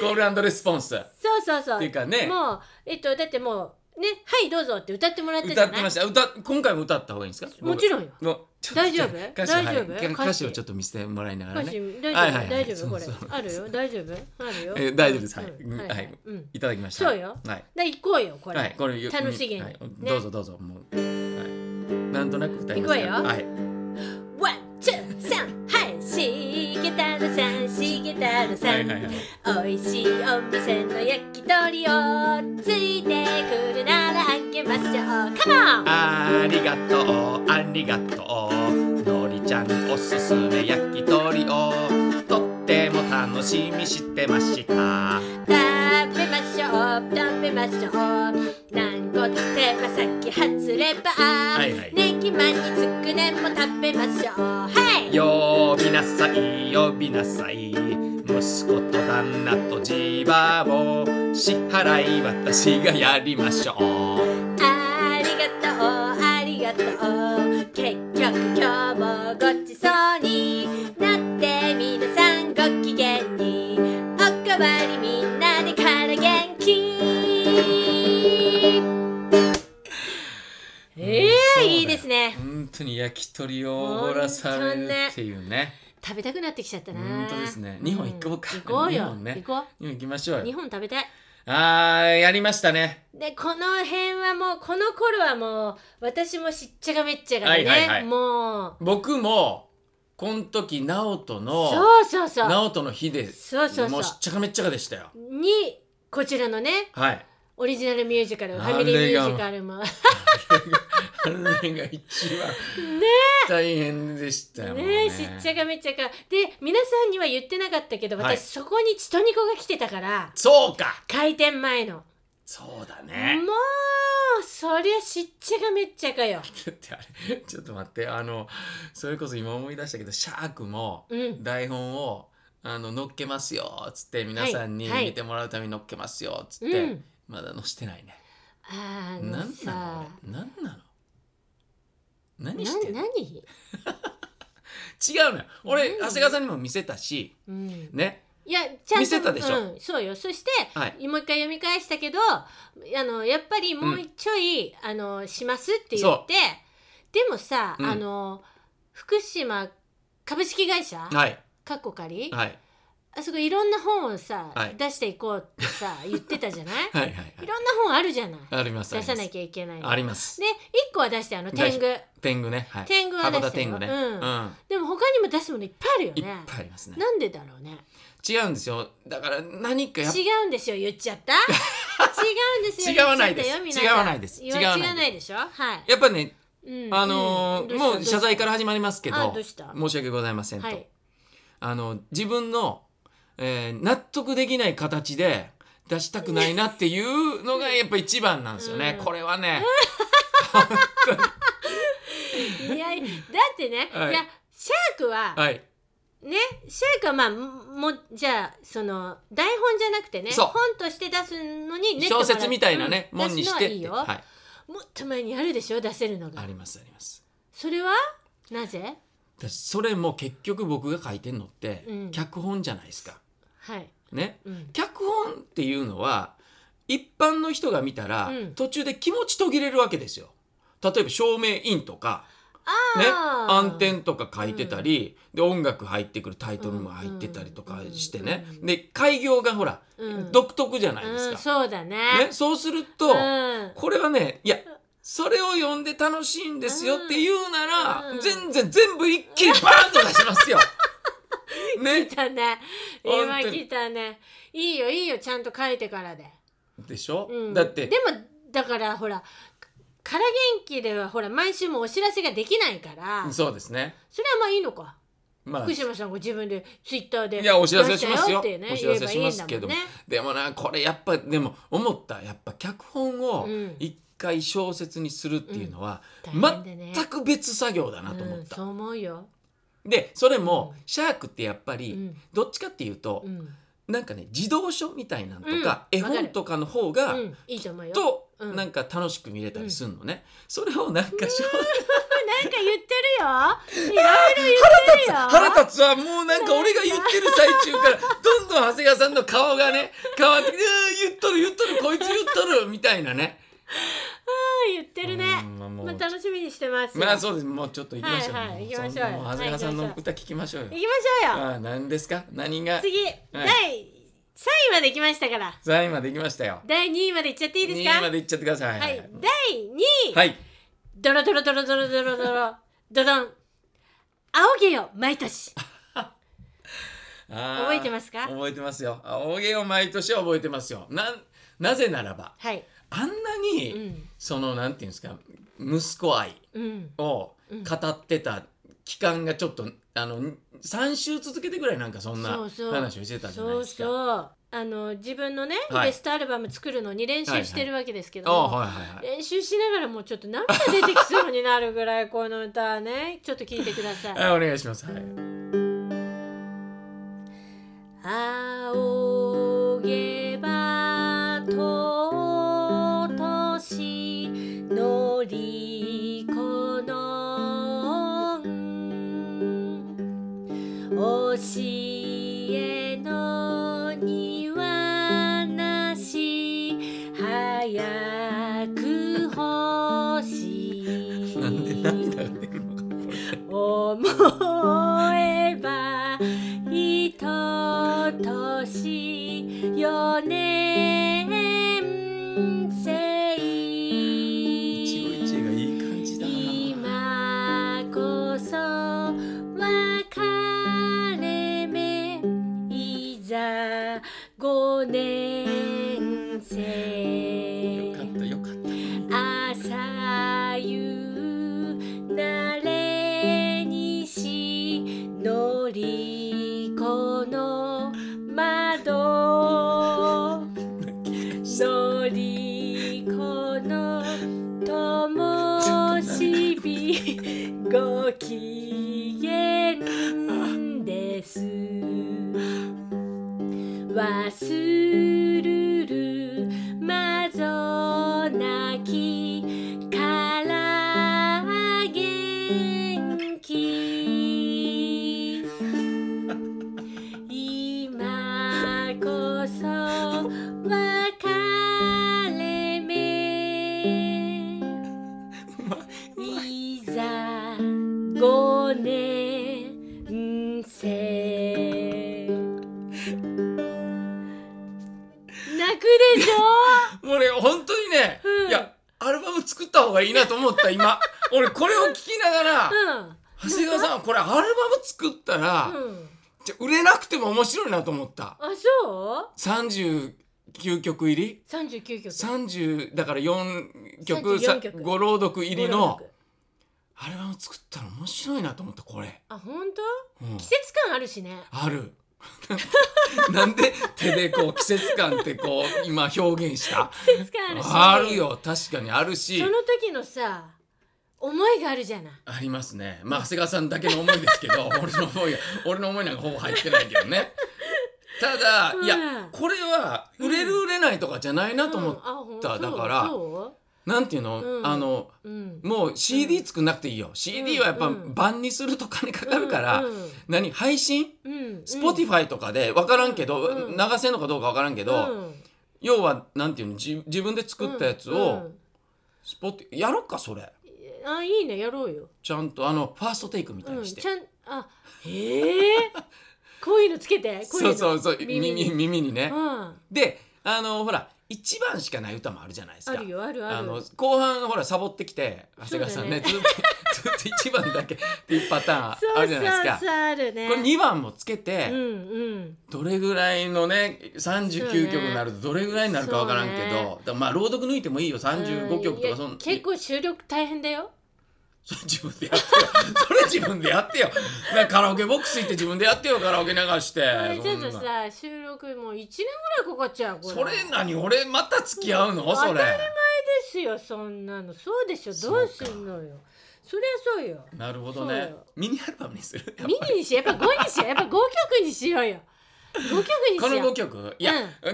コールアンドレスポンスっそうそうそうていうかねもうえっとだってもうねはいどうぞって歌ってもらったじ歌ゃっなていました歌今回も歌った方がいいんですかもちろんよ僕のちょっと大丈夫歌詞を大丈夫はい歌歌詞詞をちょっと見せてもらいながら歌詞ね大は丈いはいは夫い大丈夫これそうそうあるよ大丈夫あるよえ大丈夫ですはいうんうんははいいうんいただきましたそうよはいで行こうよこれ、はいこれ楽しげにはいねどうぞどうぞもうはいなんとなく歌いますから行くはわよいワン、ツー、サン、はい、しげたるさん、しげたるさはいん。はいはいおいしいお店の焼き鳥をついてくるならあげましょう。カモンありがとうありがとうのりちゃんおすすめ焼き鳥をとっても楽しみしてました食べましょう、食べましょう。軟骨手羽先外れ歯。いはいねぎまにつくねも食べましょう。はい呼びなさい呼びなさい息子と旦那とじばを支払い私がやりましょうありがとうありがとう結局今日もごちそうになって皆さんご機嫌におかわりみんなでから元気そうだええよいいですね本当に焼き鳥をおごらされるっていうね食べたくなってきちゃったな本当ですね日本行こうかん行こう日よ本ね行こ今行きましょうう日よ本食べたいあーやりましたねでこの辺はもうこの頃はもう私もしっちゃがめっちゃがでね、はいはいはいもう僕もこの時直人のそうそうそう直人の日ですそうそうそうもうしっちゃかめっちゃかでしたよにこちらのねはいオリジナルミュージカルフあれがァミリーミュージカルもねあれが一番大変でしたよ もうえしっちゃがめっちゃかで皆さんには言ってなかったけど私、はいそこにチトニコが来てたからそうか開店前の、そうだねもうそりゃしっちゃがめっちゃかよだってあれちょっと待ってあのそれこそ今思い出したけどシャークもうん台本をあの乗っけますよっつって皆さんにはいはい見てもらうために乗っけますよっつっうて、んまだ載してないねあ何のなのさこれ何なの何なしてんの違何、うのよ俺何長谷川さんにも見せたしうん、ねいやちゃんと見せたでしょうん、そうよそして、はいもう一回読み返したけどあのやっぱりもうちょい、あのしますって言ってでもさ、うんあの福島株式会社、はいかっこ仮、はいあそこいろんな本をさ、はい出していこうって さ言ってたじゃない、、はいはいはいいろんな本あるじゃないありますあ出りさまなすきゃいけないあのでります一個は出してあの天狗天狗ねはい天狗は函出館して天よ、狗ねううんんでも他にも出すものいっぱいあるよいっねぱいありますねなんでだろうね違うんですよだから何かやっぱ違うんですよ言っち ゃった違うんですよ違わないです言っちゃったよ皆さん違わないです言わ違わないです違わないでしょはいやっぱねうんあのーんどしもたう謝罪からど始まりますけあどどうした申し訳ございませうんしたと、はいあの自分の、えー納得できない形で出したくないなっていうのがやっぱ一番なんですよね、うんこれはね、い やいやだってね、はいい、やシャークは、はいねシャークはまあもうじゃあその台本じゃなくてねそう本として出すのに練ってもら小う説みたいなね、うんもんにして出すのはいいよ、はい、もっと前にあるでしょ出せるのがありますありますそれはなぜだしそれも結局僕が書いてんのって、うん脚本じゃないですかはい、ねうん、脚本っていうのは一般の人が見たら、うん途中で気持ち途切れるわけですよ例えば照明インとかね、あー暗転とか書いてたり、で音楽入ってくるタイトルも入ってたりとかしてね、うんうんで開業がほら、うん独特じゃないですうん、か、そうだねね、そうすると、うんこれはねいやそれを読んで楽しいんですよって言うなら、うん全然全部一気にバーンと出します よ。ね来、たね本今当に来たねいいよいいよちゃんと書いてからで、でしょ、うん、だってでもだからほらから元気ではほら毎週もお知らせができないからそそうですね。れはまあいいのかまあ福島さんが自分でツイッターでいやお知らせしますよ出したってねお知らせしますけども言えばいいんでもなこれやっぱでも思ったやっぱ脚本をうん一回小説にするっていうのは、だもんね大変でね全く別作業だなと思うっん、た、そう思うよ、でそれもうんシャークってやっぱうり、んどっちかっていうとう、んなんかね児童書みたいなんとか、うん絵本とかの方が、うん、いいと思うよと、うんなんか楽しく見れたりするのね、それをなんか小なんか言 ってるよいろいろ言ってるよ腹立つわもうなんか俺が言ってる最中からどんどん長谷川さんの顔がね変わってきてうー「言っとる言っとるこいつ言っとる」みたいなね。うん言ってるねうんまあもうまあ楽しみにしてますよまあそうですもうちょっと行きましょう、はいはい行きましょうよそんなも長谷川さんはのい行きましょう歌聞きましょうよ行きましょうよああ何ですか何が次、第3位まで来ましたから3位まで行きましたよ第2位までいっちゃっていいです2位まかで行っちゃってくださいはい、第2位、はいドロドロドロドロドロドロドドン仰げよ毎年覚覚えてますか覚えてますよ青毛を毎年は覚えてますよなんなぜならばはいあんなに、うんそのなんていうんですか息子愛うんをうん語ってた期間がちょっと、あの3週続けてぐらいなんかそんなそうそう話をしてたじゃないそうですかそうあの自分のね、はいベストアルバム作るのに練習してるわけですけどあも、あはいはいはい練習しながらもうちょっと涙出てきそうになるぐらいこの歌はねちょっと聞いてくださいはいお願いしますはい仰げばりこの教えの庭なし早く欲しいなんで涙が出るのかこれ思えば一とし四年生一期一会がいい感じだな今こそ別れ目いざ五年生よかったよかった朝夕なれにしのりこの窓のりこのともしびごきげんです忘るるまぞなきから元気今こそ別れ目いざ五年生泣くでしょもうね本当にね、うんいやアルバム作った方がいいなと思った今 俺これを聞きながら、長谷川さんはこれアルバム作ったら、うん、うん、じゃ売れなくても面白いなと思ったあそう39曲入り三十九曲30だから4曲34曲5朗読入り五六の曲アルバム作ったら面白いなと思ったこれ、あ本当うん季節感あるしねあるなんで手でこう季節感ってこう今表現した季節感あるし あるよ確かにあるしその時のさ思いがあるじゃないありますねまあ長谷川さんだけの思いですけど俺の思いが俺の思いなんかほぼ入ってないけどねただ、うんいやこれは売れる売れないとかじゃないなと思うんあほんった、だそうからそなんていうの、うんあのううんもう CD 作んなくていいよ、CD はやっぱうん版にすると金かかるから、うん何配信うん、 Spotify とかで分からんけど、う流んせんのかどうか分からんけど、うん要はなんていうの自自分で作ったやつうをんスポティやろっかそれうんあいいねやろうよ、ちゃんとあのファーストテイクみたういん、にして、ちゃん あへえこういうのつけてこういうそうのそうそう耳耳に耳にね、うん、あであのほら一番しかない歌もあるじゃないですかるよあるあるあの後半ほらサボってきて長谷川さんねずっとずっと一番だけっていうパターンそうあるじゃないですかそうそうあるねこれ2番もつけて、うんうんどれぐらいのね39曲になるとどれぐらいになるか分からんけど、そうねだからまあ朗読抜いてもいいよ35曲とかそうんんいや結構収録大変だよそれ 自分でやってよ。 それ自分でやってよ。なんかカラオケボックス行って自分でやってよ、カラオケ流 して。これちょっとそんなさ収録もう1年ぐらいかかっちゃうこれそれ何俺また付き合うの当たそりれ。前ですよそんなのそうでしょどうすんのよそりゃそうよなるほどそうねよ。ミニアルバムにするやっぱミニにしようやっぱ5にしようやっぱ5曲にしようよ5曲にしこのよう5曲いや、で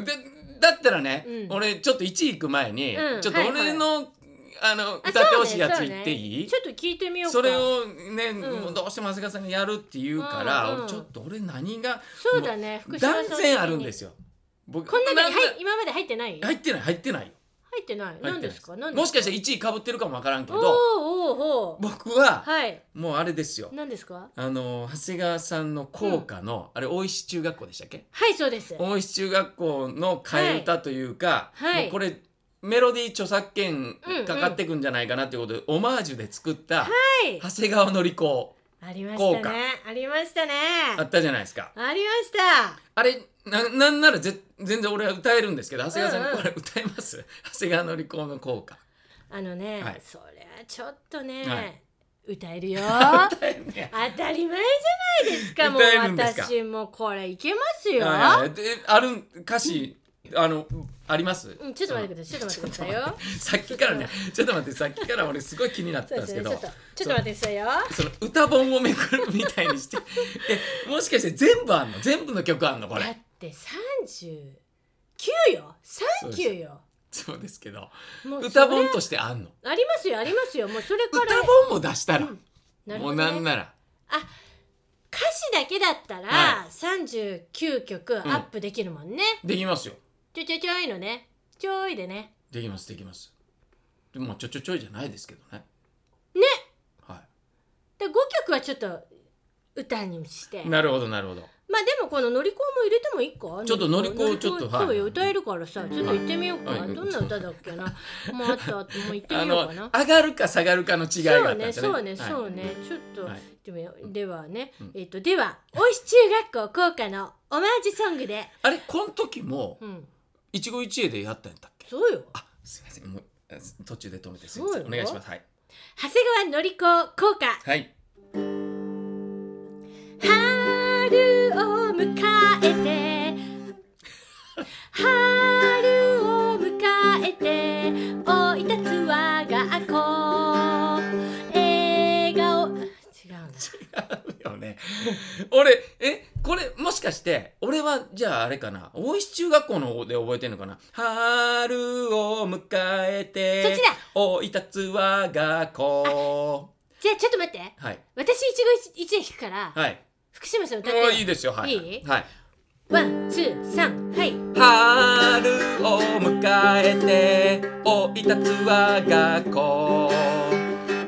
だったらね、うん俺ちょっと1位行く前に、うんちょっと俺の、あのあ歌ってほしいやつそうね言っていいそうねちょっと聞いてみようかそれをね、んもうどうしても長谷川さんがやるって言うから、うんうん俺ちょっと俺何がそうだねもう福島断然あるんですすよ僕こん中になんはい今まで入ってない入ってない入ってないよ入ってない入っ何てないですか何もしかしてて1位かぶってるかもわからんけおーどおーおー僕ははいもうあれですよ何ですかあの長谷川さんの校歌の、あれ大石中学校でしたっけはいそうです大石中学校の替え歌というか、はいはいもうこれメロディー著作権かかってくんじゃないかなということで、オマージュで作ったはい長谷川のり子ありま効した果ねありましたねあったじゃないですかありましたあれななんならぜ全然俺は歌えるんですけど長谷川うんさうんんこれ歌えます、 長谷川のり子の校 歌あのね、はいそりゃちょっとね、はい歌え るよ当歌えるねたり前じゃないですかも う歌えるんですか私もこれいけますよ、はいはいであるん歌詞あのあります、うん、ちょっと待ってくださいちょっと待ってくださいよ さっきからねちょっと待ってさっきから俺すごい気になってたそうんでですすけねちどょっとちょっと待ってくださいよその歌本をめくるみたいに してえもしかして全部あんの全部の曲あんのこだっれて39よそう39よそうですけどもう歌本そとしてあんのれありますよありますよもうそれから歌本も出したら、なるもほうどねなんなら歌詞だけだっはたら39曲アップできるもんね、できますよちょいちょいちょいのねちょいでねできますできますでもまあちょちょちょいじゃないですけどねねはで5曲はちょっと歌にしていなるほどなるほどまあでもこの乗り子も入れてもいいかちょっと乗り子を乗ちょっとはいそうよ歌えるからさちょっと行ってみようか、はいはいどんな歌だっけなもうあったあったもう行ってあみようのかな上がるか下がるかの違いがあっそたうんでねすよそうねねそうね、はいちょっと、はいでもではね、うんえっ、とではおいし中学校校歌のオマージュソングであれこの時もうん一期一会でやったんやったっけそうよあすいませんもうあす途中で止めてすいませんおそうよ願いしますはい長谷川のり子校歌はい春を迎えて春を迎えて老いたつ我が子笑顔あ違うな違うよね俺えこれもしかして俺はじゃああれかな大石中学校の方で覚えてんのかな春を迎えてそっちだおいたつわが子じゃあちょっと待ってはい私一期一会弾くから、はい福島さん歌っもういていですよはいいいはいワンツーサンはい春を迎えておいたつわが子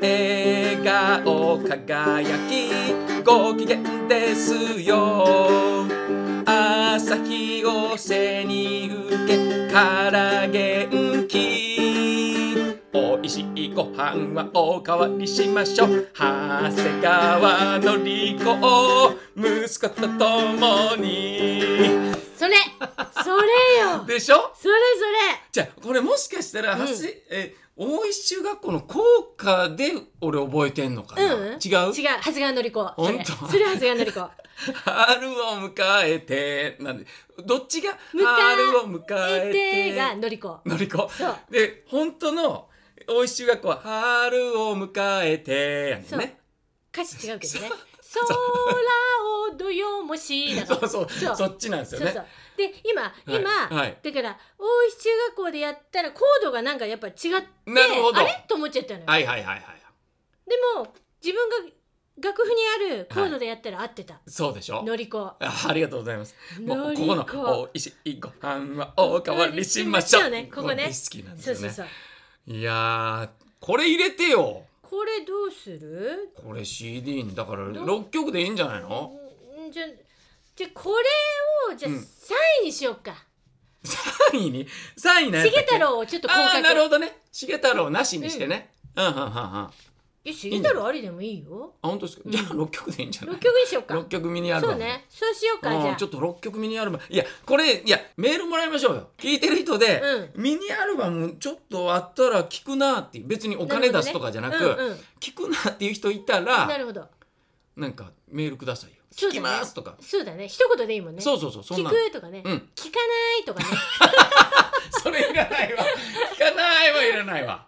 笑顔輝きご機嫌ですよ朝日を背に受けから元気おいしいご飯はおかわりしましょう長谷川のり子を息子と共に それそれよでしょそれじゃあこれもしかしたら、うんはせえ大石中学校の校歌で俺覚えてんのかな、うん違うそれ違う長谷川のり子そ本れ当それ長谷川の り子春を迎えてなんでどっちが迎え春を迎ええててがのり子のりこそうで本当の大石中学校は春を迎えてやねんそうね歌詞違うけどね空をどよもしだそからうそうそそうっちなんですそうよそうねで今、はい今、はいだから大石中学校でやったらコードがなんかやっぱ違ってなるほどあれと思っちゃったのよ、はいはいはいはいでも自分が楽譜にあるコードでやったら合ってた、そうでしょのりこあありがとうございます。ものうりこここのおいしいご飯はおかわりしましょそうう。ねここね大好きなんですそうよね。そうそういやーこれ入れてよこれどうするこれ CD にだからど6曲でいいんじゃないのんじゃじゃこれをじゃあうん3位にしようか、 3位に3位な重太郎をちょっとああ広ーなる角ほどね重太郎なしにしてね、うん、うんうんうんあえ重太郎ありでもいいよ本当ですか、うんじゃあ6曲でいいんじゃな6い曲にしようか6曲ミニアルそバうムねそうしようかじうゃんあちょっと6曲ミニアルバムいやこれいやメールもらいましょうよ聞いてる人で、ミニアルバムちょっとあったら聞くなーっていう別にお金出すとかじゃなくるほどねうんうん聞くなーっていう人いたらなるほどなんかメールくださいよそ聞うだきねますとかそうだね一言でいいもんねそうそうそうそん聞なのくとかね、うん聞かないとかね それいらないわ聞かないはいらないわ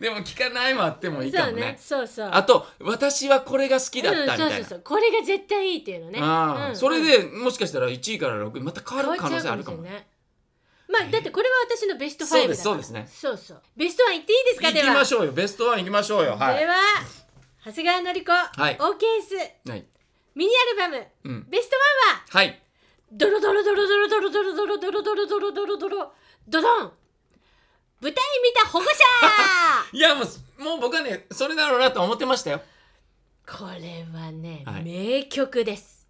でも聞かないもあってもいいかそもうねねそうそうあと私はこれが好きだったみたいな、うん、そうそうそうこれが絶対いいっていうのねああうんそれでもしかしたら1位から6位また変わる可能性あるかも変わっちゃうかもしれねないまあだってこれは私のベスト5だそうからですそうですねそうそうベストワンいっていいですか行できはましょうよベストワン行きましょうよはでい、は長谷川のり子、い OK スはいミニアルバムうん、ベストワンははいドロドロドロドロドロドロドロドロドロドロドロドロドドン舞台見た保護者いやもうもう僕はねそれだろうなと思ってましたよこれはね、はい名曲です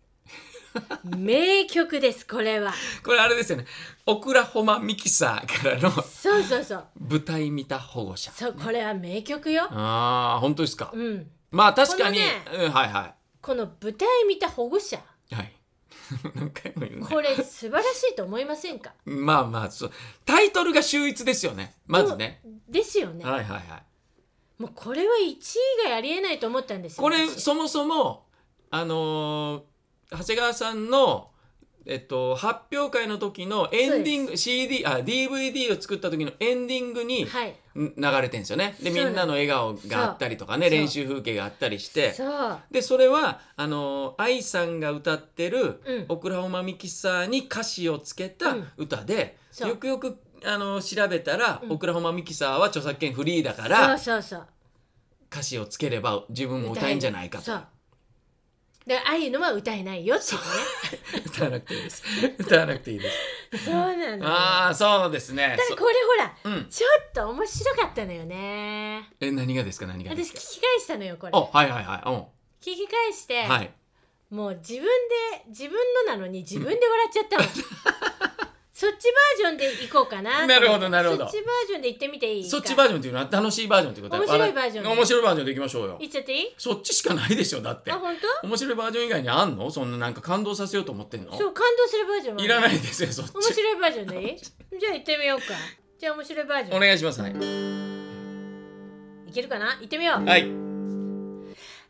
名曲ですこれはこれあれですよねオクラホマミキサーからのそうそうそう舞台見た保護者そうこれは名曲よああ本当ですかうんまあ確かに、こうんはいはこの舞台見た保護者いはい 何回も言うねこれ素晴らしいと思いませんかまあまあそうタイトルが秀逸ですよねまずねですよね、はいはいはいもうこれは1位以外ありえないと思ったんですよこれ私そもそもあのー長谷川さんのえっと発表会の時のエンディング CD あ DVD を作った時のエンディングにはいん流れてんですよねでそうみなんんなの笑顔があったりとかねそう練習風景があったりしてそうでそれはあのー愛さんが歌ってるうんオクラホマミキサーに歌詞をつけた歌で、そうよくよくあの調べたら、うんオクラホマミキサーは著作権フリーだかそうらそうそう歌詞をつければ自分も歌えんじゃないかそとうだからああいうのは歌えないよっていう歌わなくていいです歌わなくていいですねそうなんだよああそうですねただそこれほらうんちょっと面白かったのよねえ何がですか何がで私すか聞き返したのよこれあ聞はいはいはいうんき返して、はいもう自分で自分のなのに自分で笑っちゃったの、 そっちバージョンでいこうかななるほどなるほどそっちバージョンで行ってみていいかそっちバージョンっていうのは楽しいバージョンってこと面白いバージョンあら面白いバージョンでいきましょうよ行っちゃっていいそっちしかないでしょだってあ本面白いバージョン以外にあんのそんななんか感動させようと思ってんの当そう感動するバージョンもあいるらないですよそっ面 ち白いバージョンでいいじゃあ行ってみようかじゃあ面白いバージョおン願いしますはいいけるかな行ってみようはい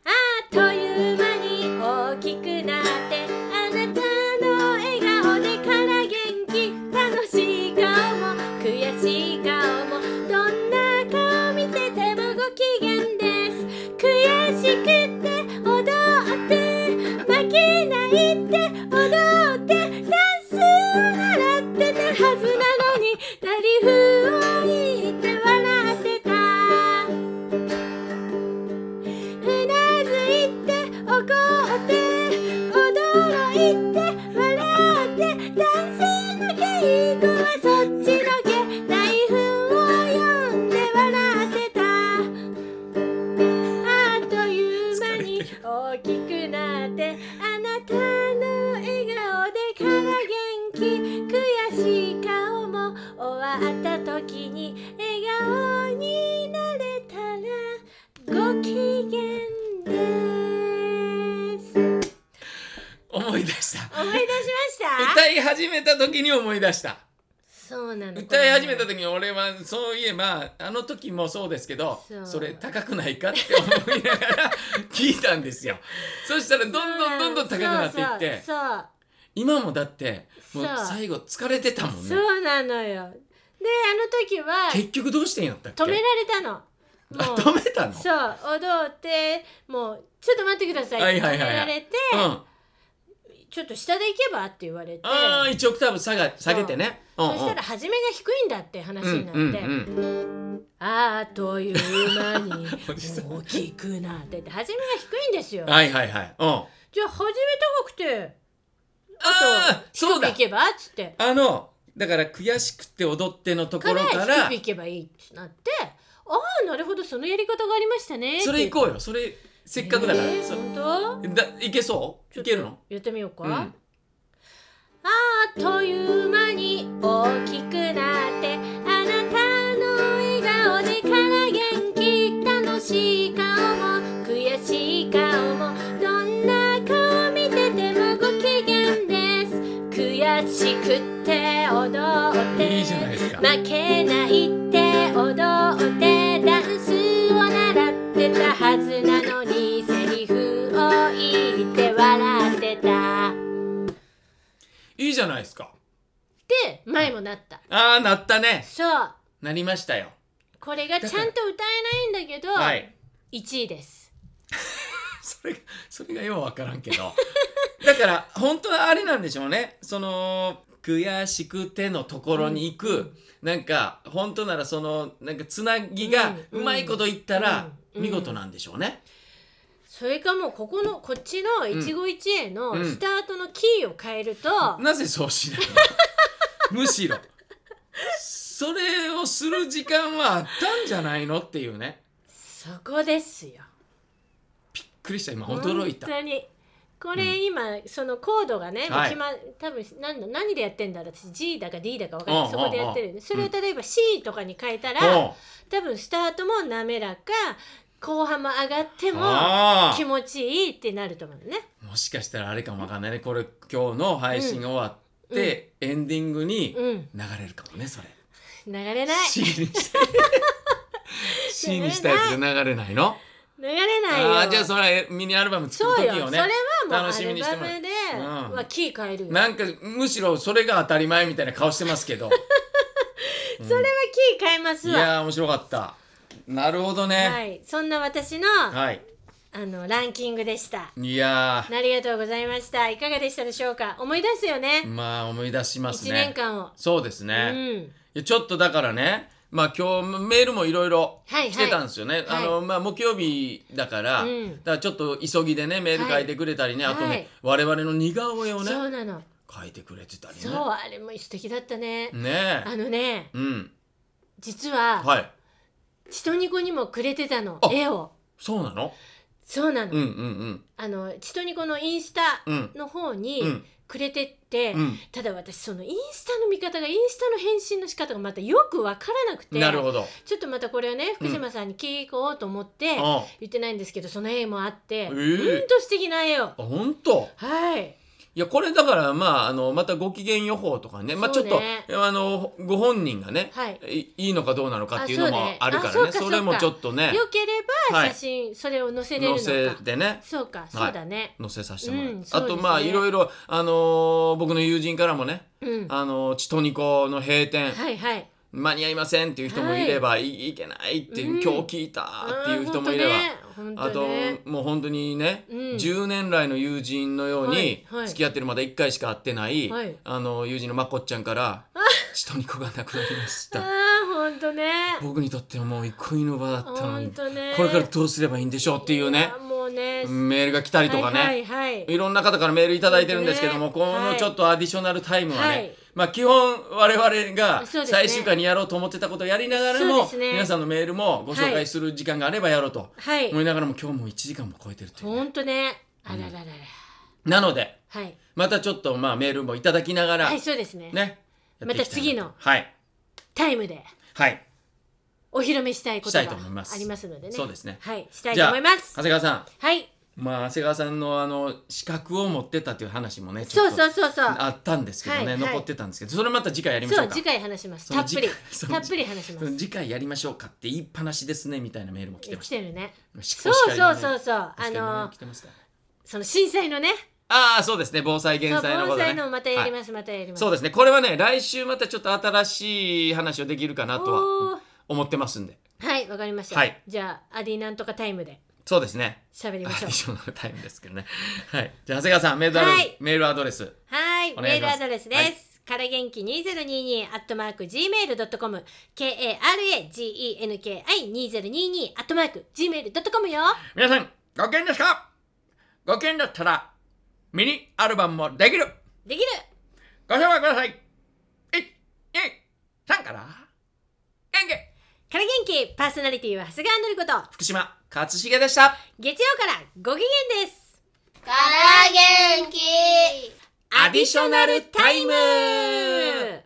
あっという間に大きくなってあなたの笑顔でから元気楽しい顔も悔しい顔もどんな顔見ててもご機嫌です悔しくて踊って負けないって踊ってダンスを習ってたはずなのに台風を引いて笑ってたうなずいて怒って驚いて笑って男性の稽古はそっちのけ台風を読んで笑ってたあっという間に大きくなってあなたの笑顔でから元気悔しい顔も終わった時に笑顔になれたらご機嫌です。思い思い出した出しました。歌い始めた時に思い出したそうなの。歌い始めたこ時に俺はそういえばあの時もそうですけどそうそれ高くないかって思いながら 聞いたんですよそしたらどんれどんどんどん高くなっていってそうそう今もだってもうそう最後疲れてたもんそねうそうなのよ。であの時は結局どうしてんやったっけ止められたの。あも う止めたのそう踊ってもうちょっと待ってください。はいはいはいはい止められて、うんちょっと下で行けばって言われて。ああ1オクターブ下が下げてねうんそしたら初めが低いんだって話うんになって、うんうんうんあっという間に おじさん大きくなってて初めが低いんですよ。はいはいはいうんあじゃあ初め高くてあーそうだ低くいけばっつってあのだから悔しくて踊ってのとこかろらから低くいけばいいってなってああなるほどそのやり方がありましたねそれ行こうよそれせっかくだから、えーそ本当だいけそうちいょっとけるのやってみようか、うんあっという間に大きくなってあなたの笑顔でから元気楽しい顔も悔しい顔もどんな顔見ててもご機嫌です悔しくて踊っていいじゃないですか負けないって踊ってダンスを習ってたはずなのにセリフを言って笑ってたいいじゃないですかで前もなったああなったねそうなりましたよこれがちゃんと歌えないんだけど、はい1位ですそれがそれがようわからんけど だから本当はあれなんでしょうねその悔しくてのところに行く、なんか本当ならそのなんかつなぎがうんうまいこといったらうん見事なんでしょうね、それかもうここのこっちの一期一会のうんスタートのキーを変えると、なぜそうしない のむしろそれをする時間はあったんじゃないのっていうねそこですよびっくりした今驚いた本当にこれ今、そのコードがね、はい決ま多分何の何でやってんだろう私 G だか D だか分かんうなんいそこでやってるよねそれを例えば C とかに変えたら、うん多分スタートも滑らか後半も上がってもあ気持ちいいってなると思うねあもしかしたらあれかもわかんないねこれ今日の配信終わって、エンディングにうん流れるかもねそれ流れない C にした C にしたやつが流れないの流れないよああーじゃあそれミニアルバム作そうるよ、時をそねれはもうア楽しみルにしてバもらうムでうんはキー変えるよ、なんかむしろそれが当たり前みたいな顔してます けどそれはキー変えますいわやー面白かったなるほどはねい、そんな私の,、はい、あのランキングでしたい、やありがとうございました。いかがでしたでしょうか。思い出すよねー。まあ思い出します一、ね年間を。そうですね、うん。いやちょっとだからねまあ今日メールもいろいろはいはい来てたんですよね、あのまあ木曜日だから、うんだからちょっと急ぎでねメール書いてくれたりね、はいあとね、はい我々の似顔絵をねそうなの書いてくれてたりねそうあれも素敵だったねねえあのねうん実ははいチトニコにもくれてたのあ絵をそうなのそうなうんのうんうんあのチトニコのインスタうんの方うにんくれてってうんただ私そのインスタの見方がインスタの返信の仕方がまたよくわからなくてなるほどちょっとまたこれをね福島さんに聞こうと思ってあ言ってないんですけどその絵もあっえてほんと素敵な絵をあ本当はいいやこれだからまああのまたご機嫌予報とかねまあちょっそと、うねあのご本人がね、はいい、いいのかどうなのかっていうのあそうもねあるからあねそうかそそうかれもちょっとね よければはい写真それを載せれる載せのかてねそうかそうだね載せさせてもらって、うんそうあですとねまあいろいろあのー僕の友人からもねうんはあのーチトニコの閉店、いはい間に合いませんっていう人もいれば、い、いけないっていう、うん今日聞いたっていう人もいれば、うんあ本当とねもう本当にね、うん10年来の友人のようにはいはい付き合ってるまだ1回しか会ってない、はいあの友人のまこっちゃん から「チトニコがなくなりましあた ー本当ね僕にとってはもう憩いの場だったのに、本当ねこれからどうすればいいんでしょう」っていうねやもうねメールが来たりとかね、はいいはいはいろんな方からメールいただいてるんですけども、ねこのちょっとアディショナルタイムはね、はいまあ基本我々がそうですね最終回にやろうと思ってたことをやりながらそうも、ですね皆さんのメールもご紹介する時間があればやろうとはい思いながらも、今日も1時間も超えてるというね、本当ねあらららららなのではいまたちょっとまあメールもいただきながら、はいそうですねねやっていきいなとまた次のはいタイムではいお披露目したいこしとたがいと思いますありますのでねそうですねはいしたいじとゃあ思います長谷川さんはいまあ長谷川さんのあの資格を持ってたという話もねちょそっとうそうそうそうあったんですけどね、はいはい残ってたんですけどそれまた次回やりましそょううか次回話しますそたのっぷり次た回っぷり話しまそのす次回やりましょうかって言いっぱなしですねみたいなメールも来てま来してるねたそうそうそうそうああのの来てますかその震災のねああそうですね防災そう減災のこ防とね災のまたやりはいますまたやりますそうですねこれはね来週またちょっと新しい話をできるかなとおはー思ってますんではいわかりましたはいじゃあアディなんとかタイムでそうですね喋りアまデしょうィショナルタイムですけどね。はい。じゃあ、長谷川さん、メールアドレス、はいメールアドレス。はい、おメ願いーしルますアドレスです。はいから元気二ゼロ二二アットマーク gmail ドットコム k a r a g e n k i 二ゼロ二二アットマーク gmail ドットコムよ。皆さん、ご機嫌ですかご機嫌だったら、ミニアルバムもできるできる。ご紹介ください !1、2、3から、元気から元気パーソナリティは長谷川のりこと福島、勝重でした月曜からご機嫌です。から元気アディショナルタイムうん